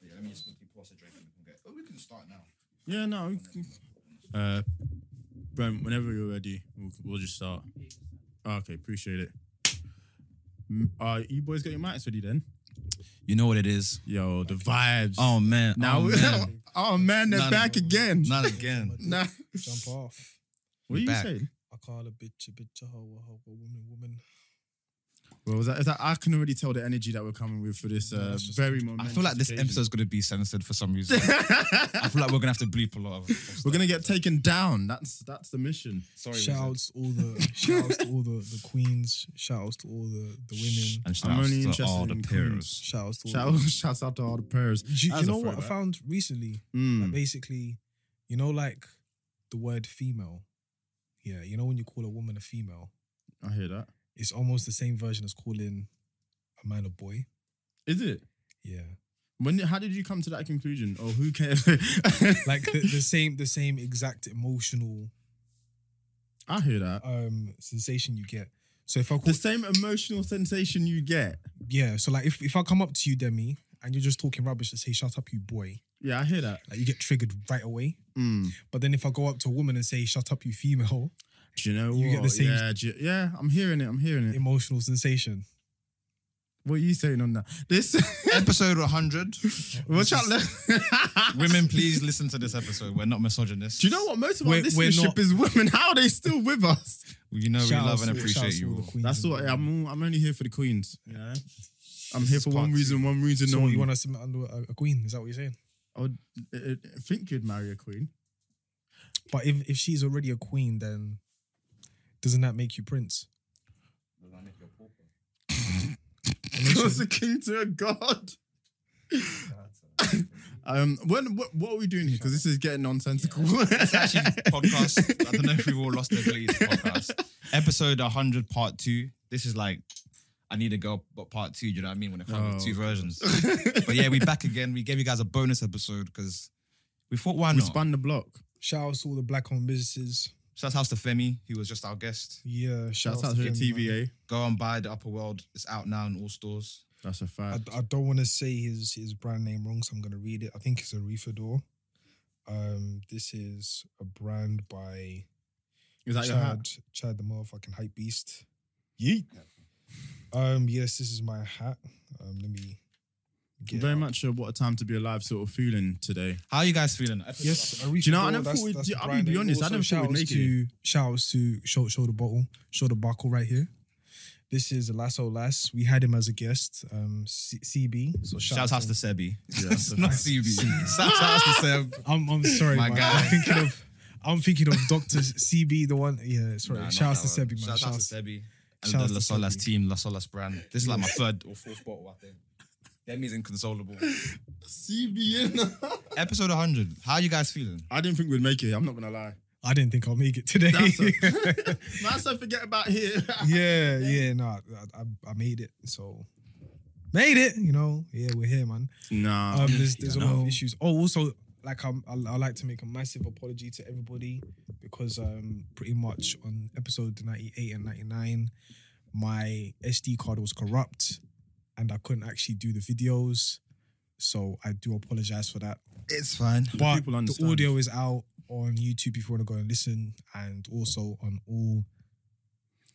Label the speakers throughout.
Speaker 1: Yeah, let me just quickly pour us a drink and we can get. Oh, we can start now.
Speaker 2: Yeah, no. we can- Uh, Brent, whenever you're ready, we'll, we'll just start. Ah, Okay, appreciate it. Mm, Uh, you boys got your mics ready then?
Speaker 3: You know what it is.
Speaker 2: Yo, the vibes.
Speaker 3: Oh man.
Speaker 2: now,
Speaker 3: oh, man.
Speaker 2: oh man, they're
Speaker 3: Not-
Speaker 2: back again.
Speaker 3: Not again.
Speaker 2: Nah.
Speaker 4: Jump off.
Speaker 2: What are you
Speaker 3: back.
Speaker 2: saying?
Speaker 4: I call a bitch a bitch a hoe a hoe a woman woman.
Speaker 2: Well, is that, is that, I can already tell the energy that we're coming with for this uh, very moment.
Speaker 3: I feel like this episode's gonna be censored for some reason. I feel like we're gonna have to bleep a lot of. of stuff.
Speaker 2: We're gonna get taken down. That's that's the mission. Sorry.
Speaker 4: Shouts to all the shouts to all the, the queens. Shouts to all the, the women.
Speaker 3: And shout
Speaker 2: I'm
Speaker 3: outs
Speaker 2: only
Speaker 3: to
Speaker 2: interested
Speaker 3: all the
Speaker 2: in
Speaker 3: peers.
Speaker 4: Shouts to all.
Speaker 2: Shout, shouts out to all the prayers.
Speaker 4: the, do you, you know what I found recently?
Speaker 2: Hmm.
Speaker 4: Like basically, you know, like the word female. Yeah, you know when you call a woman a female,
Speaker 2: I hear that.
Speaker 4: it's almost the same version as calling a man a boy.
Speaker 2: Is it?
Speaker 4: Yeah,
Speaker 2: When? How did you come to that conclusion? Or who cares?
Speaker 4: like the, the same the same exact emotional
Speaker 2: I hear that.
Speaker 4: um sensation you get. So if I call
Speaker 2: The same emotional sensation you get.
Speaker 4: Yeah, so like if, if I come up to you, Demi, and you're just talking rubbish and say, shut up, you boy,
Speaker 2: Yeah, I hear that.
Speaker 4: like you get triggered right away.
Speaker 2: Mm.
Speaker 4: But then if I go up to a woman and say, shut up, you female,
Speaker 2: Do you know
Speaker 4: You
Speaker 2: what?
Speaker 4: get the same-
Speaker 2: Yeah, do you- yeah, I'm hearing it. I'm hearing it.
Speaker 4: emotional sensation.
Speaker 2: What are you saying on that? This.
Speaker 3: Episode 100.
Speaker 2: Watch out.
Speaker 3: Women, please listen to this episode. We're not misogynists.
Speaker 2: Do you know what? Most of our
Speaker 4: We're- we're
Speaker 2: listenership
Speaker 4: not-
Speaker 2: is women. How are they still with us?
Speaker 3: You know we
Speaker 4: Shout
Speaker 3: love
Speaker 4: outs
Speaker 3: and
Speaker 4: to- shout outs
Speaker 3: appreciate
Speaker 4: to all
Speaker 3: you.
Speaker 4: the
Speaker 3: all.
Speaker 4: queens
Speaker 2: That's
Speaker 4: and
Speaker 2: what
Speaker 4: the-
Speaker 2: I'm. I'm only here for the queens. You know, I'm here
Speaker 3: is
Speaker 2: for one
Speaker 3: part
Speaker 2: reason, one reason
Speaker 4: So what,
Speaker 2: only.
Speaker 4: you want to submit under a, a queen? Is that what you're saying?
Speaker 2: I would uh, uh, think you'd marry a queen.
Speaker 4: But if, if she's already a queen, then doesn't that make you prince?
Speaker 2: What's a king to a god? um, when what, what are we doing here? Because this is getting nonsensical.
Speaker 3: It's actually podcast. I don't know if we've all lost their ability to podcast. Episode 100, part two. This is like, I need a girl, but part two. Do you know what I mean? When it comes
Speaker 2: Oh,
Speaker 3: to two versions. but yeah, we back again. We gave you guys a bonus episode because we thought, why
Speaker 2: we
Speaker 3: not?
Speaker 2: spun the block.
Speaker 4: Shout out to all the black owned businesses.
Speaker 3: Shouts out to Femi, who was just our guest.
Speaker 4: Yeah, shout,
Speaker 2: Shouts out to the
Speaker 4: them, man.
Speaker 2: TVA.
Speaker 3: Go and buy the Upper World. It's out now in all stores.
Speaker 2: That's a
Speaker 4: I,
Speaker 2: fact.
Speaker 4: I don't want to say his his brand name wrong, so I'm gonna read it. I think it's Arifa Door. Um, this is a brand by
Speaker 2: Is that your hat?
Speaker 4: Chad Chad the motherfucking hype beast. Yeet. Um, yes, this is my hat. Um, let me get it
Speaker 2: Very
Speaker 4: out.
Speaker 2: much a what a time to be alive sort of feeling today.
Speaker 3: How are you guys feeling? Episode-
Speaker 4: Yes, Arifa
Speaker 2: Do you know, I
Speaker 4: Door,
Speaker 2: never
Speaker 4: that's-
Speaker 2: thought we'd-
Speaker 4: that's the
Speaker 2: I'll be
Speaker 4: brand name.
Speaker 2: honest, I
Speaker 4: Also,
Speaker 2: never thought we'd
Speaker 4: shout outs
Speaker 2: make
Speaker 4: to, Shout outs to show, show the bottle, show the buckle right here. This is Lasso Lass. We had him as a guest, um, C- CB. So shout
Speaker 3: Shouts
Speaker 4: out
Speaker 3: out to Sebi. it's not CB. Shouts out to Seb.
Speaker 4: I'm I'm sorry,
Speaker 3: My
Speaker 4: man.
Speaker 3: guy.
Speaker 4: I'm thinking of I'm thinking of Doctor CB, the one. Yeah, sorry.
Speaker 3: Nah, not
Speaker 4: Shout out to
Speaker 3: that one.
Speaker 4: Sebi, man.
Speaker 3: Shout out to
Speaker 4: Shouts-
Speaker 3: Sebi. And
Speaker 4: shouts
Speaker 3: the
Speaker 4: to
Speaker 3: La Solas
Speaker 4: Sebi.
Speaker 3: team, La Solas brand. This is like my third or fourth bottle, I think. Demi's inconsolable.
Speaker 2: CBN.
Speaker 3: Episode 100. How are you guys feeling?
Speaker 2: I didn't think we'd make it. I'm not gonna lie.
Speaker 4: I didn't think I'll make it today.
Speaker 2: That's a, that's a forget about here.
Speaker 4: yeah, yeah, no, I, I, I made it. So made it. You know, yeah, we're here, man.
Speaker 2: Nah.
Speaker 4: Um, there's there's a lot
Speaker 2: No.
Speaker 4: of issues. Oh, also, like I'm, I, I like to make a massive apology to everybody because um, pretty much on episode 98 and 99, my SD card was corrupt and I couldn't actually do the videos. So I do apologize for that.
Speaker 3: It's fine.
Speaker 4: But
Speaker 2: people
Speaker 4: the
Speaker 2: understand.
Speaker 4: audio is out on YouTube if you want to go and listen, and also on all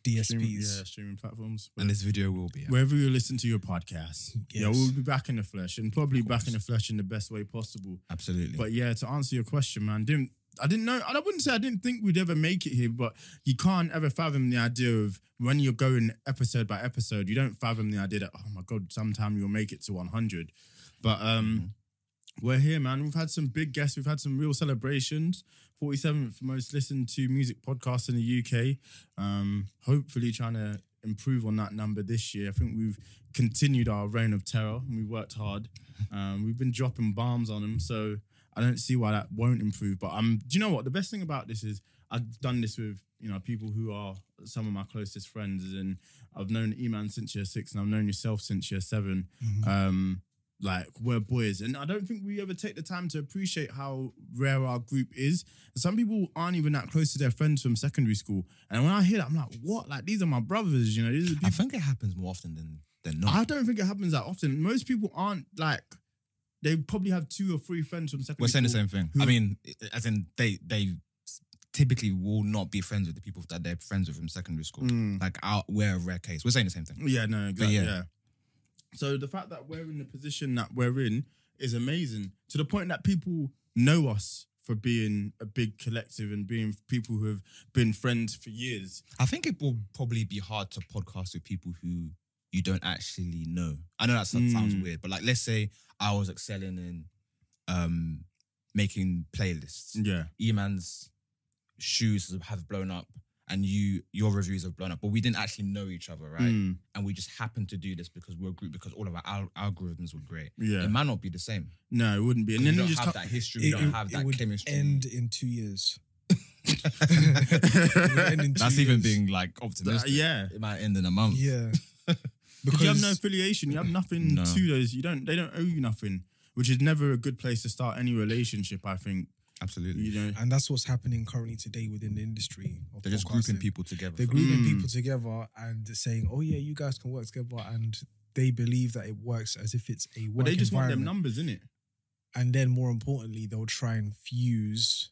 Speaker 2: Stream- yeah,
Speaker 4: DSPs.
Speaker 2: streaming platforms.
Speaker 3: And this video will be. out.
Speaker 2: Wherever you listen to your podcast, yeah,
Speaker 4: Yes.
Speaker 2: we'll be back in the flesh and probably back in the flesh in the best way possible.
Speaker 3: Absolutely.
Speaker 2: But yeah, to answer your question, man, didn't I didn't know, and I wouldn't say I didn't think we'd ever make it here, but you can't ever fathom the idea of when you're going episode by episode, you don't fathom the idea that oh my god, sometime you'll make it to 100. But um, we're here, man. We've had some big guests. We've had some real celebrations. 47th most listened to music podcast in the UK. Um, hopefully trying to improve on that number this year. I think we've continued our reign of terror and we worked hard. Um, we've been dropping bombs on them, so I don't see why that won't improve. But um, do you know what? The best thing about this is I've done this with you know people who are some of my closest friends, and I've known Eman since year six, and I've known yourself since year 7 Um, like we're boys, and I don't think we ever take the time to appreciate how rare our group is. Some people aren't even that close to their friends from secondary school, and when I hear that, I'm like, what? Like these are my brothers, you know? These are people.
Speaker 3: I think it happens more often than than not.
Speaker 2: I don't think it happens that often. Most people aren't like they probably have two or three friends from secondary.
Speaker 3: We're saying the
Speaker 2: school
Speaker 3: same thing.
Speaker 2: who-
Speaker 3: I mean, as in they they typically will not be friends with the people that they're friends with from secondary school.
Speaker 2: Mm.
Speaker 3: Like our, we're a rare case. We're saying the same thing.
Speaker 2: Yeah, no, exactly. Yeah.
Speaker 3: yeah.
Speaker 2: So the fact that we're in the position that we're in is amazing to the point that people know us for being a big collective and being people who have been friends for years.
Speaker 3: I think it will probably be hard to podcast with people who you don't actually know. I know that sounds sounds
Speaker 4: Hmm.
Speaker 2: Mm.
Speaker 3: weird, but like let's say I was excelling in um making playlists.
Speaker 4: Hmm.
Speaker 2: Yeah.
Speaker 3: Eman's shoes have blown up and you your reviews have blown up, but we didn't actually know each other, right?
Speaker 4: Hmm.
Speaker 2: Mm.
Speaker 3: And we just happened to do this because we're a group because all of our al- algorithms were great.
Speaker 2: Yeah.
Speaker 3: It might not be the same.
Speaker 2: No, it wouldn't be. And
Speaker 3: you
Speaker 2: then
Speaker 3: don't
Speaker 2: you just
Speaker 3: have
Speaker 2: can't-
Speaker 3: that history, you don't have that
Speaker 4: would
Speaker 3: chemistry.
Speaker 4: end in two years. end in two
Speaker 3: That's even
Speaker 4: years.
Speaker 3: being like optimistic.
Speaker 2: yeah.
Speaker 3: It might end in a month.
Speaker 4: Yeah.
Speaker 2: Because you have
Speaker 4: Because
Speaker 2: no affiliation, you have nothing
Speaker 3: No.
Speaker 2: to those. You don't. They don't owe you nothing, which is never a good place to start any relationship. I think
Speaker 3: Absolutely.
Speaker 2: you know.
Speaker 4: and that's what's happening currently today within the industry. Of
Speaker 3: They're just
Speaker 4: podcasting.
Speaker 3: grouping people together.
Speaker 4: They're
Speaker 3: for-
Speaker 4: grouping
Speaker 2: Mm.
Speaker 4: people together and saying, "Oh yeah, you guys can work together," and they believe that it works as if it's a
Speaker 2: But
Speaker 4: work
Speaker 2: they just want them
Speaker 4: environment.
Speaker 2: numbers, innit?
Speaker 4: and then more importantly, they'll try and fuse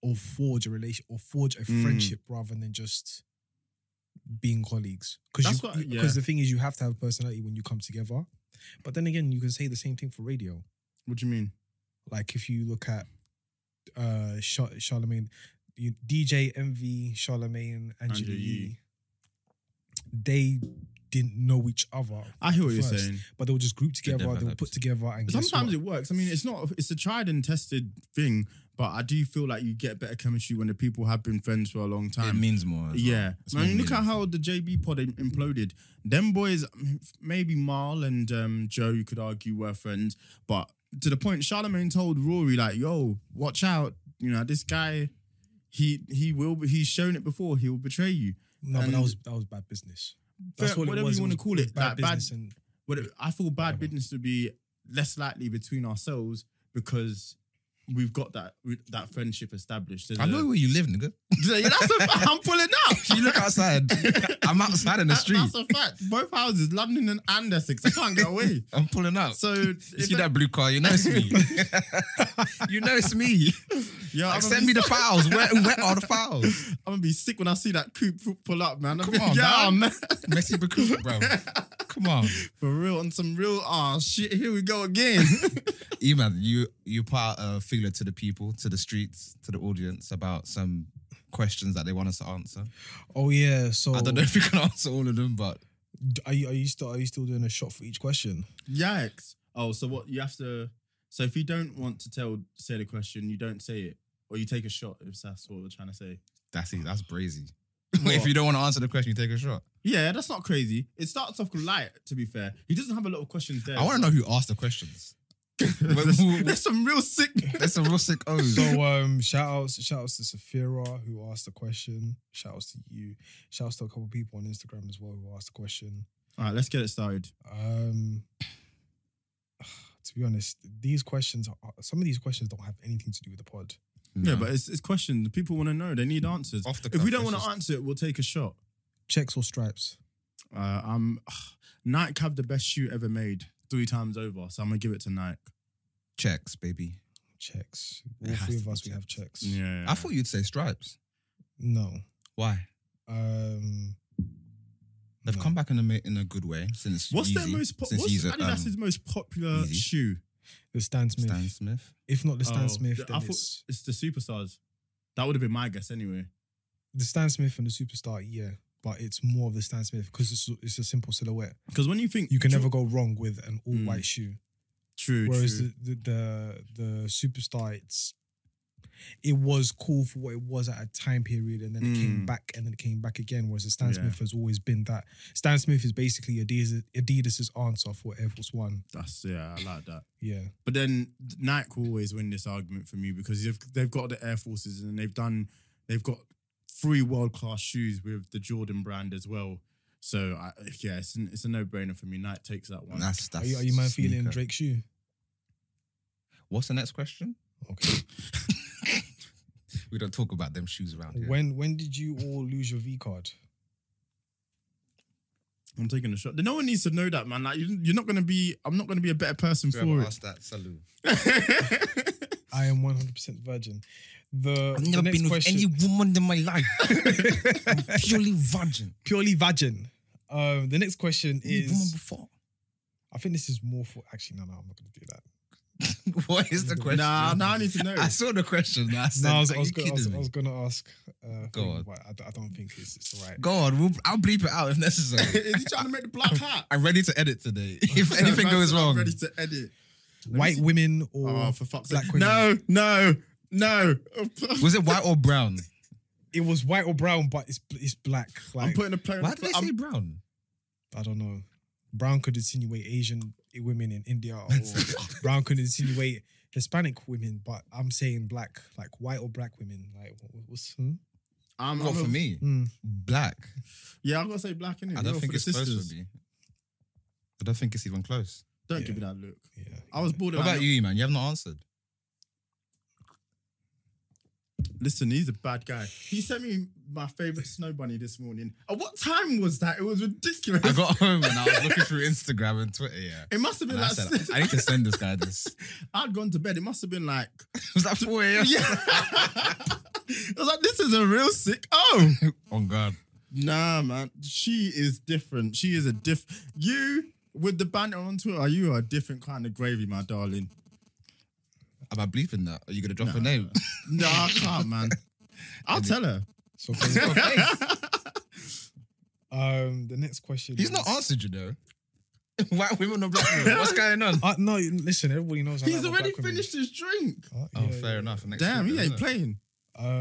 Speaker 4: or forge a relation or forge a
Speaker 2: Mm.
Speaker 4: friendship rather than just being colleagues. Because
Speaker 2: That's what I-
Speaker 4: because
Speaker 2: yeah.
Speaker 4: the thing is, you have to have personality when you come together. But then again, you can say the same thing for radio.
Speaker 2: What do you mean?
Speaker 4: Like if you look at uh Char- Charlemagne, you, DJ MV, Charlemagne, Angela
Speaker 2: Angela
Speaker 4: Yee,
Speaker 2: Yee.
Speaker 4: they didn't know each other,
Speaker 2: I hear what you you're
Speaker 4: First.
Speaker 2: saying.
Speaker 4: but they'll just group together,
Speaker 3: developed.
Speaker 4: they'll put together, and guess
Speaker 2: Sometimes
Speaker 4: what?
Speaker 2: it works. I mean, it's not. It's a tried and tested thing, but I do feel like you get better chemistry when the people have been friends for a long
Speaker 3: Mm, It
Speaker 2: time.
Speaker 3: means more. as well.
Speaker 2: yeah,
Speaker 3: It's
Speaker 2: man.
Speaker 3: more
Speaker 2: Look at
Speaker 3: meaningful.
Speaker 2: how the JB pod im- imploded. Them boys, mm, maybe Marl and um, Joe, you could argue were friends, but to the point, Charlemagne told Rory like, "Yo, watch out! You know this guy. He he will. He's shown it before. He will betray you.
Speaker 4: No, but that
Speaker 2: And-
Speaker 4: was that was bad business.
Speaker 2: Fair- whatever you wanna
Speaker 4: was
Speaker 2: call it,
Speaker 4: Bad
Speaker 2: like, bad-
Speaker 4: business and
Speaker 2: But it- I feel bad business to be less likely between ourselves because." We've got that that friendship established. There's
Speaker 3: I
Speaker 2: a-
Speaker 3: know where you live, nigga.
Speaker 2: Yeah, that's a fact. I'm pulling up.
Speaker 3: You look outside. I'm outside in the
Speaker 2: That-
Speaker 3: street.
Speaker 2: That's a fact. Both houses, London and, and Essex. I can't get away.
Speaker 3: I'm pulling out.
Speaker 2: So
Speaker 3: you see that blue car? You know it's me. you know it's me.
Speaker 2: Yeah,
Speaker 3: Like,
Speaker 2: I'm
Speaker 3: send me the files. Where, where are the files?
Speaker 2: I'm gonna be sick when I see that coupe pu- pull up, man. I'm
Speaker 3: Come
Speaker 2: be-
Speaker 3: on,
Speaker 2: yeah,
Speaker 3: man.
Speaker 2: man.
Speaker 3: Messi Bakuba, bro. Come on.
Speaker 2: For real, on some real ah shit. Here we go again.
Speaker 3: Eman, you you put out a feeler to the people, to the streets, to the audience about some questions that they want us to answer.
Speaker 4: oh yeah. So
Speaker 3: I don't know if you can answer all of them, but
Speaker 4: Are you are you still are you still doing a shot for each question?
Speaker 2: Yikes. Oh, so what? You have to. So if you don't want to tell, say the question, you don't say it, or you take a shot. If that's what we're trying to say.
Speaker 3: that's it. That's brazy.
Speaker 2: What?
Speaker 3: if you don't want to answer the question, you take a shot.
Speaker 2: Yeah, that's not crazy. It starts off light, to be fair. He doesn't have a lot of questions there.
Speaker 3: I want to know who asked the questions.
Speaker 2: there's, there's some real sick.
Speaker 3: That's a real sick O's.
Speaker 4: So um shout outs shout outs to Safira who asked the question. Shout outs to you. Shout outs to a couple people on Instagram as well who asked the question.
Speaker 2: All right, let's get it started.
Speaker 4: Um to be honest, these questions are some of these questions don't have anything to do with the pod.
Speaker 2: Yeah, but it's, it's questions. People want to know. They need answers.
Speaker 3: Off the
Speaker 2: if we don't
Speaker 3: cuff, it's
Speaker 2: want to
Speaker 3: just-
Speaker 2: answer it, we'll take a shot.
Speaker 4: Checks or stripes?
Speaker 2: Uh, I'm Nike have the best shoe ever made three times over, so I'm gonna give it to Nike.
Speaker 3: Checks, baby.
Speaker 4: Checks.
Speaker 3: It
Speaker 4: All
Speaker 3: has
Speaker 4: three
Speaker 3: to
Speaker 4: of
Speaker 3: be
Speaker 4: us, we
Speaker 3: checks.
Speaker 4: have checks.
Speaker 2: Yeah,
Speaker 3: I thought you'd say stripes.
Speaker 4: No.
Speaker 3: Why?
Speaker 4: Um,
Speaker 3: They've come back in a ma- in a good way since.
Speaker 2: What's their
Speaker 3: Yeezy-
Speaker 2: most po-
Speaker 3: since
Speaker 2: what's
Speaker 3: Yeezy,
Speaker 2: Adidas'
Speaker 3: um,
Speaker 2: most popular
Speaker 3: Yeezy.
Speaker 2: shoe?
Speaker 4: The Stan Smith.
Speaker 3: Stan Smith?
Speaker 4: If not the Stan
Speaker 2: Oh,
Speaker 4: Smith,
Speaker 2: the-
Speaker 4: then
Speaker 2: I thought
Speaker 4: it's
Speaker 2: it's the superstars. That would have been my guess anyway.
Speaker 4: the Stan Smith and the Superstar. Yeah, but it's more of the Stan Smith because it's it's a simple silhouette.
Speaker 2: Because when you think
Speaker 4: You can
Speaker 2: true-
Speaker 4: never go wrong with an all white
Speaker 2: Mm.
Speaker 4: shoe.
Speaker 2: true,
Speaker 4: Whereas
Speaker 2: true.
Speaker 4: the, the the the Superstar, it's it was cool for what it was at a time period, and then it came
Speaker 2: Mm.
Speaker 4: back, and then it came back again. Whereas the Stan
Speaker 2: Yeah.
Speaker 4: Smith has always been that. Stan Smith is basically Adidas Adidas's answer for Air Force One.
Speaker 2: That's yeah, I like that.
Speaker 4: Yeah,
Speaker 2: But then Nike will always win this argument for me because they've they've got the Air Forces and they've done they've got three world class shoes with the Jordan brand as well. So I, yeah, it's, an, it's a no brainer for me. Nike takes that one.
Speaker 3: That's that's.
Speaker 4: are you, are you man feeling
Speaker 3: sneaker.
Speaker 4: Drake's shoe?
Speaker 3: What's the next question?
Speaker 4: Okay.
Speaker 3: We don't talk about them shoes around here.
Speaker 4: When when did you all lose your V card?
Speaker 2: I'm taking a shot. No one needs to know that, man. Like you, you're not gonna be. I'm not gonna be a better person
Speaker 3: Whoever
Speaker 2: for it.
Speaker 3: asked that, salute.
Speaker 4: I am one hundred percent virgin. The, the next question,
Speaker 3: woman in my life. I'm purely virgin.
Speaker 4: purely virgin. Um, the next question is,
Speaker 3: before.
Speaker 4: I think this is more for. Actually, no, no, I'm not going to do that.
Speaker 3: what is the question?
Speaker 2: Nah, now I need to know.
Speaker 3: I saw the question. I said,
Speaker 4: no, I was,
Speaker 3: are
Speaker 4: I was,
Speaker 3: you
Speaker 4: gonna, I was,
Speaker 3: kidding
Speaker 4: I
Speaker 3: me?
Speaker 4: was gonna ask. Uh,
Speaker 3: Go on.
Speaker 4: but I, d- I don't think it's, it's the right.
Speaker 3: Go on, we'll, I'll bleep it out if necessary.
Speaker 2: Is he trying to make the black hat?
Speaker 3: I'm ready to edit today. If anything
Speaker 2: Man
Speaker 3: goes
Speaker 2: said I'm
Speaker 3: wrong,
Speaker 2: ready to edit.
Speaker 4: White women or
Speaker 2: Oh, for fuck's sake!
Speaker 4: black women?
Speaker 2: No, no, no.
Speaker 3: was it white or brown?
Speaker 4: it was white or brown, but it's bl- it's black.
Speaker 2: I'm
Speaker 4: Like
Speaker 2: putting a player.
Speaker 3: Why did they
Speaker 2: I'm-
Speaker 3: say brown?
Speaker 4: I don't know. Brown could insinuate Asian women in India, or brown could insinuate Hispanic women, but I'm saying black, like white or black women. Like what, what- what's hmm?
Speaker 2: I'm,
Speaker 3: Not
Speaker 2: I'm
Speaker 3: for
Speaker 2: a-
Speaker 3: me.
Speaker 4: Hmm.
Speaker 3: Black.
Speaker 2: Yeah, I'm gonna say black in it.
Speaker 3: I don't think it's close for me. I don't think it's even close.
Speaker 2: Don't
Speaker 4: Yeah.
Speaker 2: give me that look.
Speaker 4: Yeah.
Speaker 2: I was bored.
Speaker 3: What about you, man? You have not answered.
Speaker 2: Listen, he's a bad guy. He sent me my favorite snow bunny this morning. At what time was that? It was ridiculous.
Speaker 3: I got home and I was looking through Instagram and Twitter. Yeah,
Speaker 2: it must have been
Speaker 3: and I
Speaker 2: like
Speaker 3: said, I need to send this guy this.
Speaker 2: I'd gone to bed. It must have been like
Speaker 3: Was that 4 a.m.?
Speaker 2: yeah. I was like, this is a real sick. Oh
Speaker 3: Oh God.
Speaker 2: nah, man. She is different. She is a diff. You with the banner on Twitter, you are a different kind of gravy, my darling.
Speaker 3: Am I bleeping that? Are you gonna drop a name?
Speaker 2: Nah, I can't, man. I'll tell her.
Speaker 4: So okay. um, the next question.
Speaker 3: He's
Speaker 4: is-
Speaker 3: not answered, you know. White women or black women? What's going on?
Speaker 4: Uh, no, listen. Everybody knows. I
Speaker 2: He's
Speaker 4: like my
Speaker 2: already
Speaker 4: black women.
Speaker 2: finished his drink.
Speaker 4: Uh,
Speaker 3: Oh,
Speaker 4: yeah,
Speaker 3: fair
Speaker 4: yeah.
Speaker 3: enough. Next
Speaker 2: Damn,
Speaker 3: week
Speaker 2: he
Speaker 3: then,
Speaker 2: ain't
Speaker 3: isn't it?
Speaker 2: playing.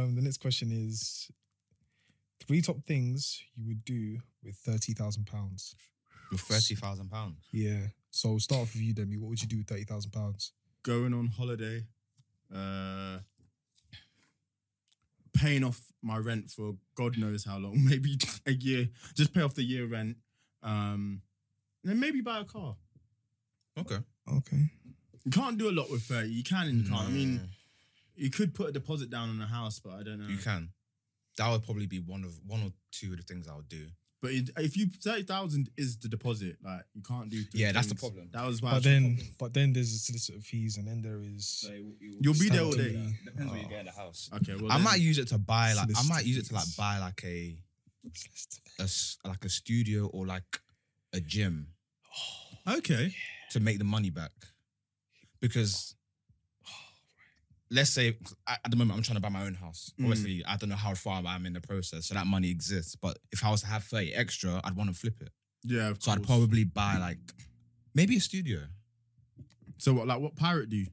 Speaker 4: Um, the next question is three top things you would do with thirty thousand pounds.
Speaker 3: With thirty thousand pounds.
Speaker 4: Yeah. So start off with you, Demi. What would you do with thirty thousand pounds?
Speaker 2: Going on holiday, uh, paying off my rent for God knows how long, maybe a year. Just pay off the year rent. Um, and then maybe buy a car.
Speaker 3: Okay.
Speaker 4: Okay.
Speaker 2: You can't do a lot with 30. You can and you can't. I mean, you could put a deposit down on a house, but I don't know.
Speaker 3: you can. That would probably be one of one or two of the things I would do.
Speaker 2: But it, if you 30,000 is the deposit, like you can't do. three
Speaker 3: Yeah, that's the
Speaker 2: things.
Speaker 3: problem.
Speaker 2: That was why. I
Speaker 4: But
Speaker 2: should-
Speaker 4: then, but then there's the solicitor fees, and then there is
Speaker 2: you'll be there all
Speaker 4: Stand
Speaker 2: day.
Speaker 4: to-
Speaker 3: Depends where you get in the house.
Speaker 2: Okay, well,
Speaker 3: I
Speaker 2: then-
Speaker 3: might use it to buy like I
Speaker 4: Solicitor
Speaker 3: might use it to like
Speaker 4: fees.
Speaker 3: buy like a, a s- like a studio or like a gym
Speaker 2: Okay.
Speaker 3: to make the money back. Because let's say at at the moment I'm trying to buy my own house.
Speaker 2: Mm.
Speaker 3: Obviously, I don't know how far I'm in the process, so that money exists. But if I was to have 30 extra, I'd want to flip it.
Speaker 2: Yeah. Of
Speaker 3: So I'd
Speaker 2: course.
Speaker 3: probably buy like maybe a studio.
Speaker 2: So what? Like what pirate do? you?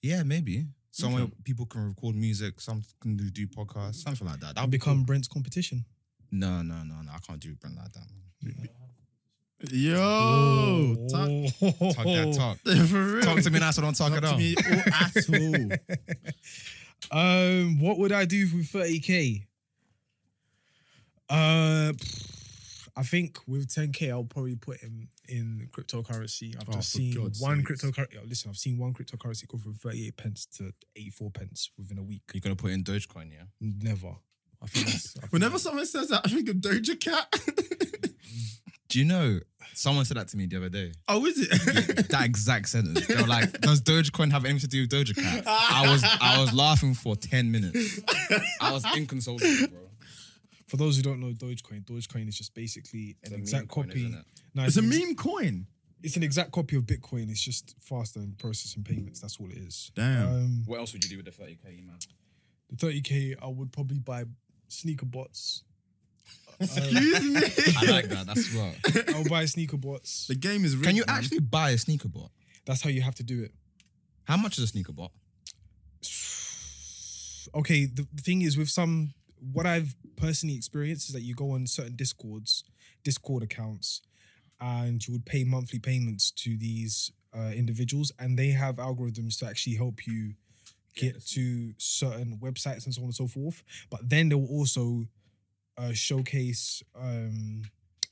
Speaker 3: Yeah, maybe. Somewhere people can record music, some can do, do podcasts, something like that. That'll
Speaker 4: and Uh, become Brent's competition.
Speaker 3: No, no, no, no. I can't do Brent like that, man.
Speaker 2: Yo, talk,
Speaker 4: Oh.
Speaker 3: Talk that talk.
Speaker 2: for real.
Speaker 3: Oh. Talk to me now, so don't talk,
Speaker 2: Oh. Talk
Speaker 3: it
Speaker 2: to
Speaker 3: on.
Speaker 2: me, oh, asshole.
Speaker 4: Um, what would I do with thirty k? Uh, I think with ten k, I'll probably put him in cryptocurrency. I've
Speaker 2: Oh,
Speaker 4: just
Speaker 2: for
Speaker 4: seen
Speaker 2: God's
Speaker 4: one
Speaker 2: sakes.
Speaker 4: cryptocurrency. Listen, I've seen one cryptocurrency go from thirty eight pence to eighty four pence within a week.
Speaker 3: You're gonna put in Dogecoin, yeah?
Speaker 4: Never. I think that's, I think
Speaker 2: Whenever someone says that, I think of Doja Cat.
Speaker 3: Do you know someone said that to me the other day?
Speaker 2: Oh, is it?
Speaker 3: That exact sentence. They were like, "Does Dogecoin have anything to do with Doja Cat?" I was I was laughing for ten minutes. I was inconsolable, bro.
Speaker 4: For those who don't know Dogecoin, Dogecoin is just basically an
Speaker 3: a
Speaker 4: exact
Speaker 3: meme coin,
Speaker 4: copy.
Speaker 3: isn't it?
Speaker 4: No,
Speaker 2: it's a
Speaker 4: an ex-
Speaker 2: meme coin.
Speaker 4: It's an exact copy of Bitcoin. It's just faster in processing payments. That's all it is.
Speaker 2: Damn.
Speaker 4: Um,
Speaker 3: What else would you do with the thirty k, man?
Speaker 4: the 30k, I would probably buy sneaker bots.
Speaker 3: I like that. That's smart.
Speaker 4: I would buy sneaker bots.
Speaker 2: The game is real.
Speaker 3: Can you actually buy a sneaker bot?
Speaker 4: That's how you have to do it.
Speaker 3: How much is a sneaker bot?
Speaker 4: okay, the, the thing is with some what I've personally experienced is that you go on certain discords, Discord accounts, and you would pay monthly payments to these uh, individuals, and they have algorithms to actually help you get to certain websites and so on and so forth. But then they will also uh, showcase um,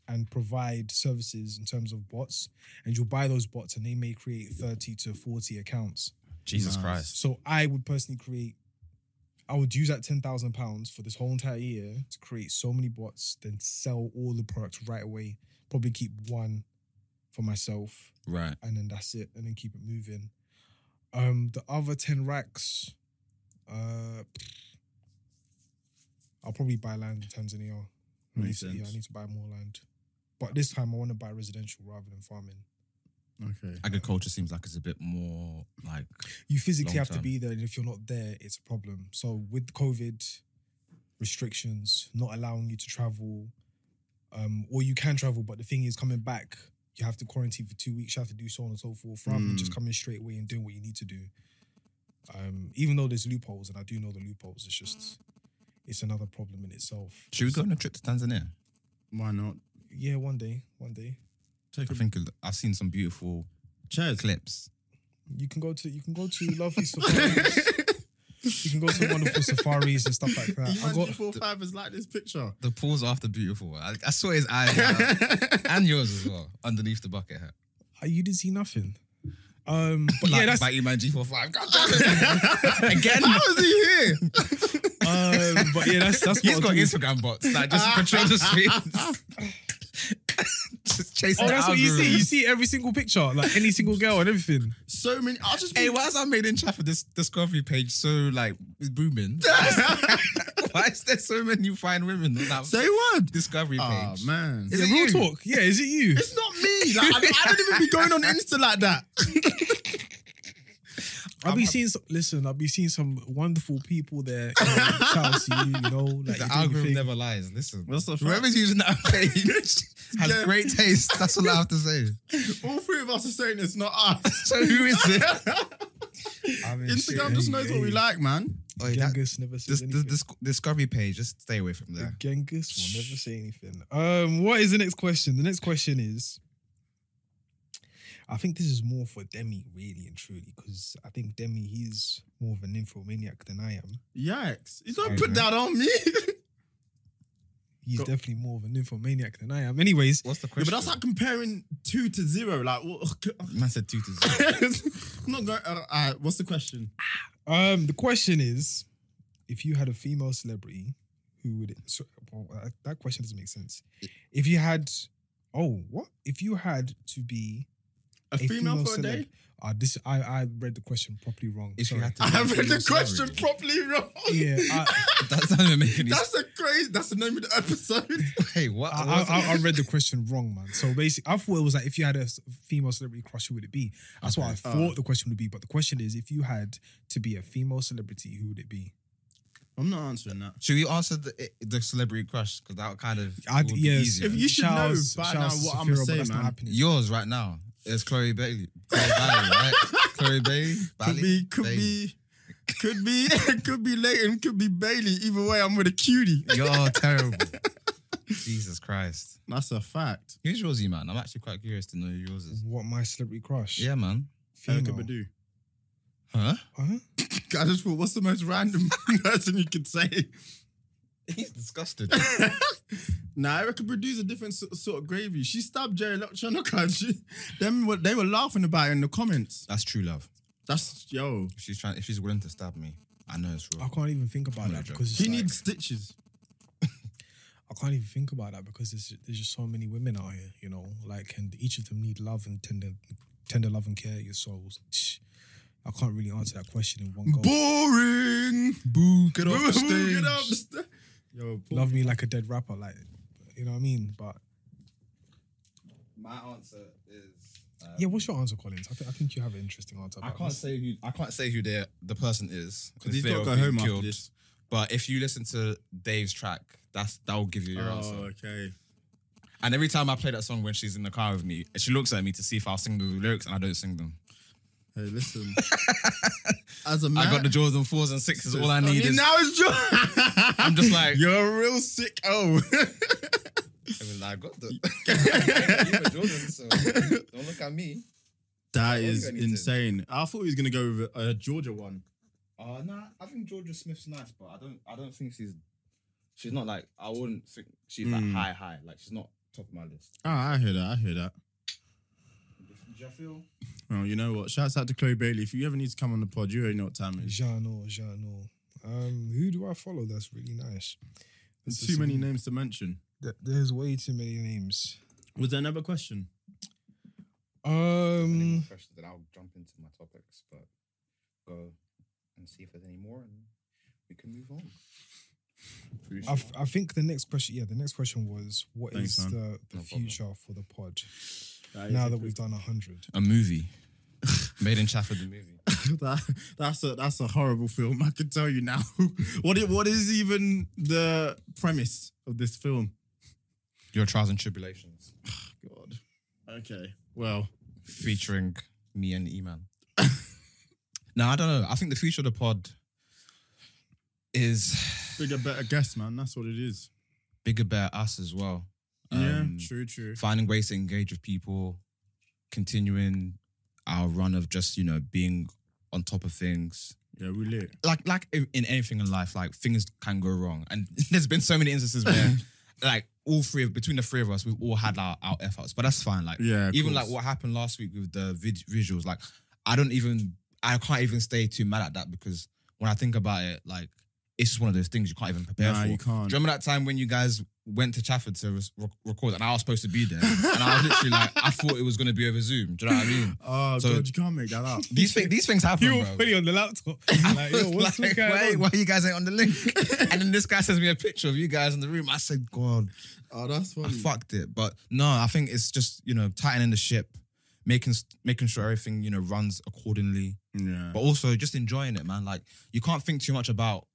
Speaker 4: and provide services in terms of bots, and you'll buy those bots, and they may create thirty to forty accounts.
Speaker 3: Jesus Christ.
Speaker 4: So I would personally create. I would use that ten thousand pounds for this whole entire year to create so many bots, then sell all the products right away. Probably keep one for myself,
Speaker 3: Right.
Speaker 4: and then that's it, and then keep it moving. Um, the other ten racks, uh, I'll probably buy land in Tanzania. I need
Speaker 2: Makes
Speaker 4: to- yeah, I
Speaker 2: sense.
Speaker 4: need to buy more land, but this time I want to buy residential rather than farming.
Speaker 2: Okay.
Speaker 3: Agriculture seems like it's a bit more like
Speaker 4: you physically
Speaker 3: Long
Speaker 4: have to
Speaker 3: term.
Speaker 4: be there, and if you're not there, it's a problem. So with COVID restrictions not allowing you to travel, um, or you can travel, but the thing is, coming back, you have to quarantine for two weeks. You have to do so on and so forth, rather than
Speaker 3: Mm.
Speaker 4: just coming straight away and doing what you need to do. Um, even though there's loopholes, and I do know the loopholes, it's just it's another problem in itself.
Speaker 3: Should we go on a trip to Tanzania?
Speaker 2: Why not?
Speaker 4: Yeah, one day, one day
Speaker 3: I think I've seen some beautiful
Speaker 2: Cheers.
Speaker 3: clips.
Speaker 4: you can go to you can go to lovely safaris. You can go to wonderful safaris and stuff like that. I
Speaker 2: Imagine
Speaker 4: got,
Speaker 2: four fivers like this picture.
Speaker 3: The pause after beautiful. I, I saw his eyes man. and yours as well underneath the bucket hat.
Speaker 4: Uh, you didn't see nothing. Um, but
Speaker 3: Like,
Speaker 4: yeah, that's
Speaker 3: biting my G45. God damn it. Again. How is he here?
Speaker 4: um, but yeah, that's that's
Speaker 3: He's
Speaker 4: what
Speaker 3: got
Speaker 4: I'll do.
Speaker 3: Instagram bots that just patrol the streets. just chasing
Speaker 4: Oh,
Speaker 3: the
Speaker 4: that's what you see.
Speaker 3: algorithm.
Speaker 4: You see every single picture, like any single girl and everything.
Speaker 2: So many. I'll just.
Speaker 3: Hey, why is our made in Trafford this discovery page so like booming? Why is- why is there so many fine women on that
Speaker 2: Say what?
Speaker 3: discovery
Speaker 2: Oh,
Speaker 3: page?
Speaker 2: man.
Speaker 3: Is
Speaker 4: yeah,
Speaker 3: it
Speaker 4: real
Speaker 3: you?
Speaker 4: talk. Yeah, is it you?
Speaker 2: It's not me. Like, I, don't- I don't even be going on Insta like that.
Speaker 4: I'll be seeing. Some, listen, I'll be seeing some wonderful people there. You know, shout out to you. You know, like
Speaker 3: The
Speaker 4: you do your
Speaker 3: algorithm
Speaker 4: thing.
Speaker 3: never lies. Listen,
Speaker 2: That's the fact.
Speaker 3: whoever's using that page has
Speaker 2: Yeah.
Speaker 3: great taste. That's all I have to say.
Speaker 2: All three of us are saying it's not us.
Speaker 3: So who is it?
Speaker 4: I
Speaker 2: Instagram
Speaker 4: mean, shit,
Speaker 2: just
Speaker 4: hey,
Speaker 2: knows
Speaker 4: hey,
Speaker 2: what we like, man.
Speaker 3: Oi, that-
Speaker 4: Genghis never
Speaker 3: this,
Speaker 4: says
Speaker 3: this,
Speaker 4: anything.
Speaker 3: this discovery page, just stay away from
Speaker 4: The
Speaker 3: there.
Speaker 4: Genghis will never say anything. Um, what is the next question? The next question is, I think this is more for Demi, really and truly, because I think Demi he's more of an infomaniac than I am.
Speaker 2: Yikes. You don't
Speaker 3: Okay.
Speaker 2: put that on me.
Speaker 4: He's
Speaker 2: Go-
Speaker 4: definitely more of an infomaniac than I am. Anyways,
Speaker 3: What's the
Speaker 2: yeah,
Speaker 3: question?
Speaker 2: but that's like comparing two to zero. Like, what?
Speaker 3: Man said two to zero.
Speaker 2: I'm not going. Uh, all right, what's the question?
Speaker 4: um, the question is, if you had a female celebrity, who would? It, so, well, uh, that question doesn't make sense. If you had, oh, what? If you had to be
Speaker 2: A, female, for a day?
Speaker 4: Uh, this I, I read the question properly wrong.
Speaker 3: If you
Speaker 4: Sorry.
Speaker 3: had to,
Speaker 2: I
Speaker 3: be a
Speaker 2: read the
Speaker 3: female
Speaker 2: question
Speaker 3: celebrity.
Speaker 2: properly wrong.
Speaker 4: Yeah, I,
Speaker 3: That doesn't even make any sense.
Speaker 2: That's a crazy. That's the name of the episode.
Speaker 3: Hey, what?
Speaker 4: I,
Speaker 3: what-
Speaker 4: I, I- I read the question wrong, man. So basically, I thought it was like if you had a s- female celebrity crush, who would it be? That's what I
Speaker 2: Uh.
Speaker 4: thought the question would be. But the question is, if you had to be a female celebrity, who would it be?
Speaker 2: I'm not answering that.
Speaker 3: Should we answer the, eh, the celebrity crush? Because that kind of
Speaker 4: I'd,
Speaker 3: would be
Speaker 4: yes,
Speaker 3: easier.
Speaker 2: If you should know by now
Speaker 4: to
Speaker 2: what I'm
Speaker 4: Safira,
Speaker 2: gonna say,
Speaker 4: but that's not
Speaker 2: man.
Speaker 4: happening.
Speaker 3: Yours right now is Chloe Bailey. Chloe Bailey, right? Chloe Bailey.
Speaker 2: Could
Speaker 3: Bailey?
Speaker 2: be, could
Speaker 3: Bailey.
Speaker 2: be, could be, could be Leighton, could be Bailey. Either way, I'm with a cutie.
Speaker 3: You're terrible. Jesus Christ.
Speaker 2: That's a fact.
Speaker 3: Who's yours, you man? I'm actually quite curious to know who yours is.
Speaker 4: What my celebrity crush?
Speaker 3: Yeah, man.
Speaker 2: Erica
Speaker 4: female.
Speaker 2: Badu.
Speaker 3: Huh?
Speaker 4: Huh?
Speaker 2: I just thought, what's the most random person you could say?
Speaker 3: He's disgusted.
Speaker 2: Nah, Erica Badu's a different so- sort of gravy. She stabbed Jerry Lochanoka. and She, them, were- they were laughing about it in the comments.
Speaker 3: That's true love.
Speaker 2: That's yo.
Speaker 3: If she's trying, if she's willing to stab me, I know it's
Speaker 4: I
Speaker 3: wrong.
Speaker 4: can't even think about
Speaker 3: No
Speaker 4: that
Speaker 3: joke.
Speaker 4: because it's
Speaker 2: He
Speaker 4: like-
Speaker 2: needs stitches.
Speaker 4: I can't even think about that because there's there's just so many women out here, you know, like and each of them need love and tender tender love and care. Your souls. I can't really answer that question in one go.
Speaker 3: Boring. Boo. Get off the stage.
Speaker 2: Get up. Yo, Paul,
Speaker 4: Love me like a dead rapper, like you know what I mean. But
Speaker 3: My answer is. uh,
Speaker 4: yeah, what's your answer, Collins? I, th- I think you have an interesting answer.
Speaker 3: I
Speaker 4: about
Speaker 3: can't
Speaker 4: this.
Speaker 3: say who I can't say who the the person is
Speaker 2: Because
Speaker 3: because
Speaker 2: he's got to go home after this.
Speaker 3: But if you listen to Dave's track, that's that will give you your answer.
Speaker 2: Oh, okay.
Speaker 3: And every time I play that song when she's in the car with me, she looks at me to see if I'll sing the lyrics, and I don't sing them.
Speaker 2: Hey, listen. As a man,
Speaker 3: I got the Jordan fours and sixes. All I
Speaker 2: Oh,
Speaker 3: need
Speaker 2: yeah,
Speaker 3: is
Speaker 2: now it's Jordan.
Speaker 3: I'm just like-
Speaker 2: you're a real sick. Oh,
Speaker 3: I, mean, I got the. You got Jordan, so don't look at me.
Speaker 2: that
Speaker 3: you
Speaker 2: is
Speaker 3: gonna need to-
Speaker 2: insane. I thought he was gonna go with a Georgia one.
Speaker 3: Uh, nah, I think Georgia Smith's nice, but I don't. I don't think she's. She's not like I wouldn't think she's
Speaker 2: Mm.
Speaker 3: like high high. Like she's not top of my list.
Speaker 2: Ah, I hear that. I hear that.
Speaker 3: Do you feel?
Speaker 2: Well, you know what? Shouts out to Chloe Bailey. If you ever need to come on the pod, you already know what time it is.
Speaker 4: Jano, Jano. Um, who do I follow? That's really nice.
Speaker 2: There's
Speaker 4: This
Speaker 2: too
Speaker 4: is-
Speaker 2: many names to mention.
Speaker 4: Th- There's way too many names.
Speaker 2: Was there another question?
Speaker 3: Any more
Speaker 4: Um,
Speaker 3: questions? Then I'll jump into my topics, but go and see if there's any more, and we can move on. Pretty
Speaker 4: I,
Speaker 3: sure.
Speaker 4: f- I think the next question. Yeah, the next question was what
Speaker 2: Thanks,
Speaker 4: is
Speaker 2: man.
Speaker 4: the, the
Speaker 3: No problem.
Speaker 4: future for the pod now that we've done hundred?
Speaker 3: a movie made in Chafford. The movie.
Speaker 2: that, that's a that's a horrible film. I can tell you now. what it, what is even the premise of this film?
Speaker 3: Your trials and tribulations,
Speaker 2: God. Okay. Well,
Speaker 3: featuring me and E-Man. no, I don't know. I think the future of the pod is
Speaker 2: bigger, better guess, man. That's what it is.
Speaker 3: bigger, better us as well. Um,
Speaker 2: yeah. True. True.
Speaker 3: finding ways to engage with people, continuing our run of just you know being on top of things.
Speaker 2: Yeah, we lit.
Speaker 3: Like like in in anything in life, like things can go wrong, and there's been so many instances where like all three of between the three of us, we've all had our, our efforts, but that's fine. Like
Speaker 2: Yeah. of
Speaker 3: even
Speaker 2: course.
Speaker 3: like what happened last week with the vid- visuals, like I don't even I can't even stay too mad at that because when I think about it, like it's just one of those things you can't even prepare
Speaker 2: Nah,
Speaker 3: for.
Speaker 2: you can't.
Speaker 3: Do you remember that time when you guys went to Chafford to re- rec- record and I was supposed to be there? And I was literally like, I thought it was going to be over Zoom. Do you know what I mean?
Speaker 2: Oh
Speaker 3: So-
Speaker 2: God, you can't make that up.
Speaker 3: These, thi- these things happen,
Speaker 4: You were
Speaker 3: bro.
Speaker 4: putting on the laptop.
Speaker 3: I
Speaker 4: Like, yo,
Speaker 3: was
Speaker 4: what's
Speaker 3: like,
Speaker 4: going
Speaker 3: why,
Speaker 4: on?
Speaker 3: why you guys ain't on the link? and then this guy sends me a picture of you guys in the room. I said, God,
Speaker 2: Oh, that's
Speaker 3: I fucked it. But no, I think it's just, you know, tightening the ship, making making sure everything, you know, runs accordingly.
Speaker 2: Yeah.
Speaker 3: But also just enjoying it, man. Like you can't think too much about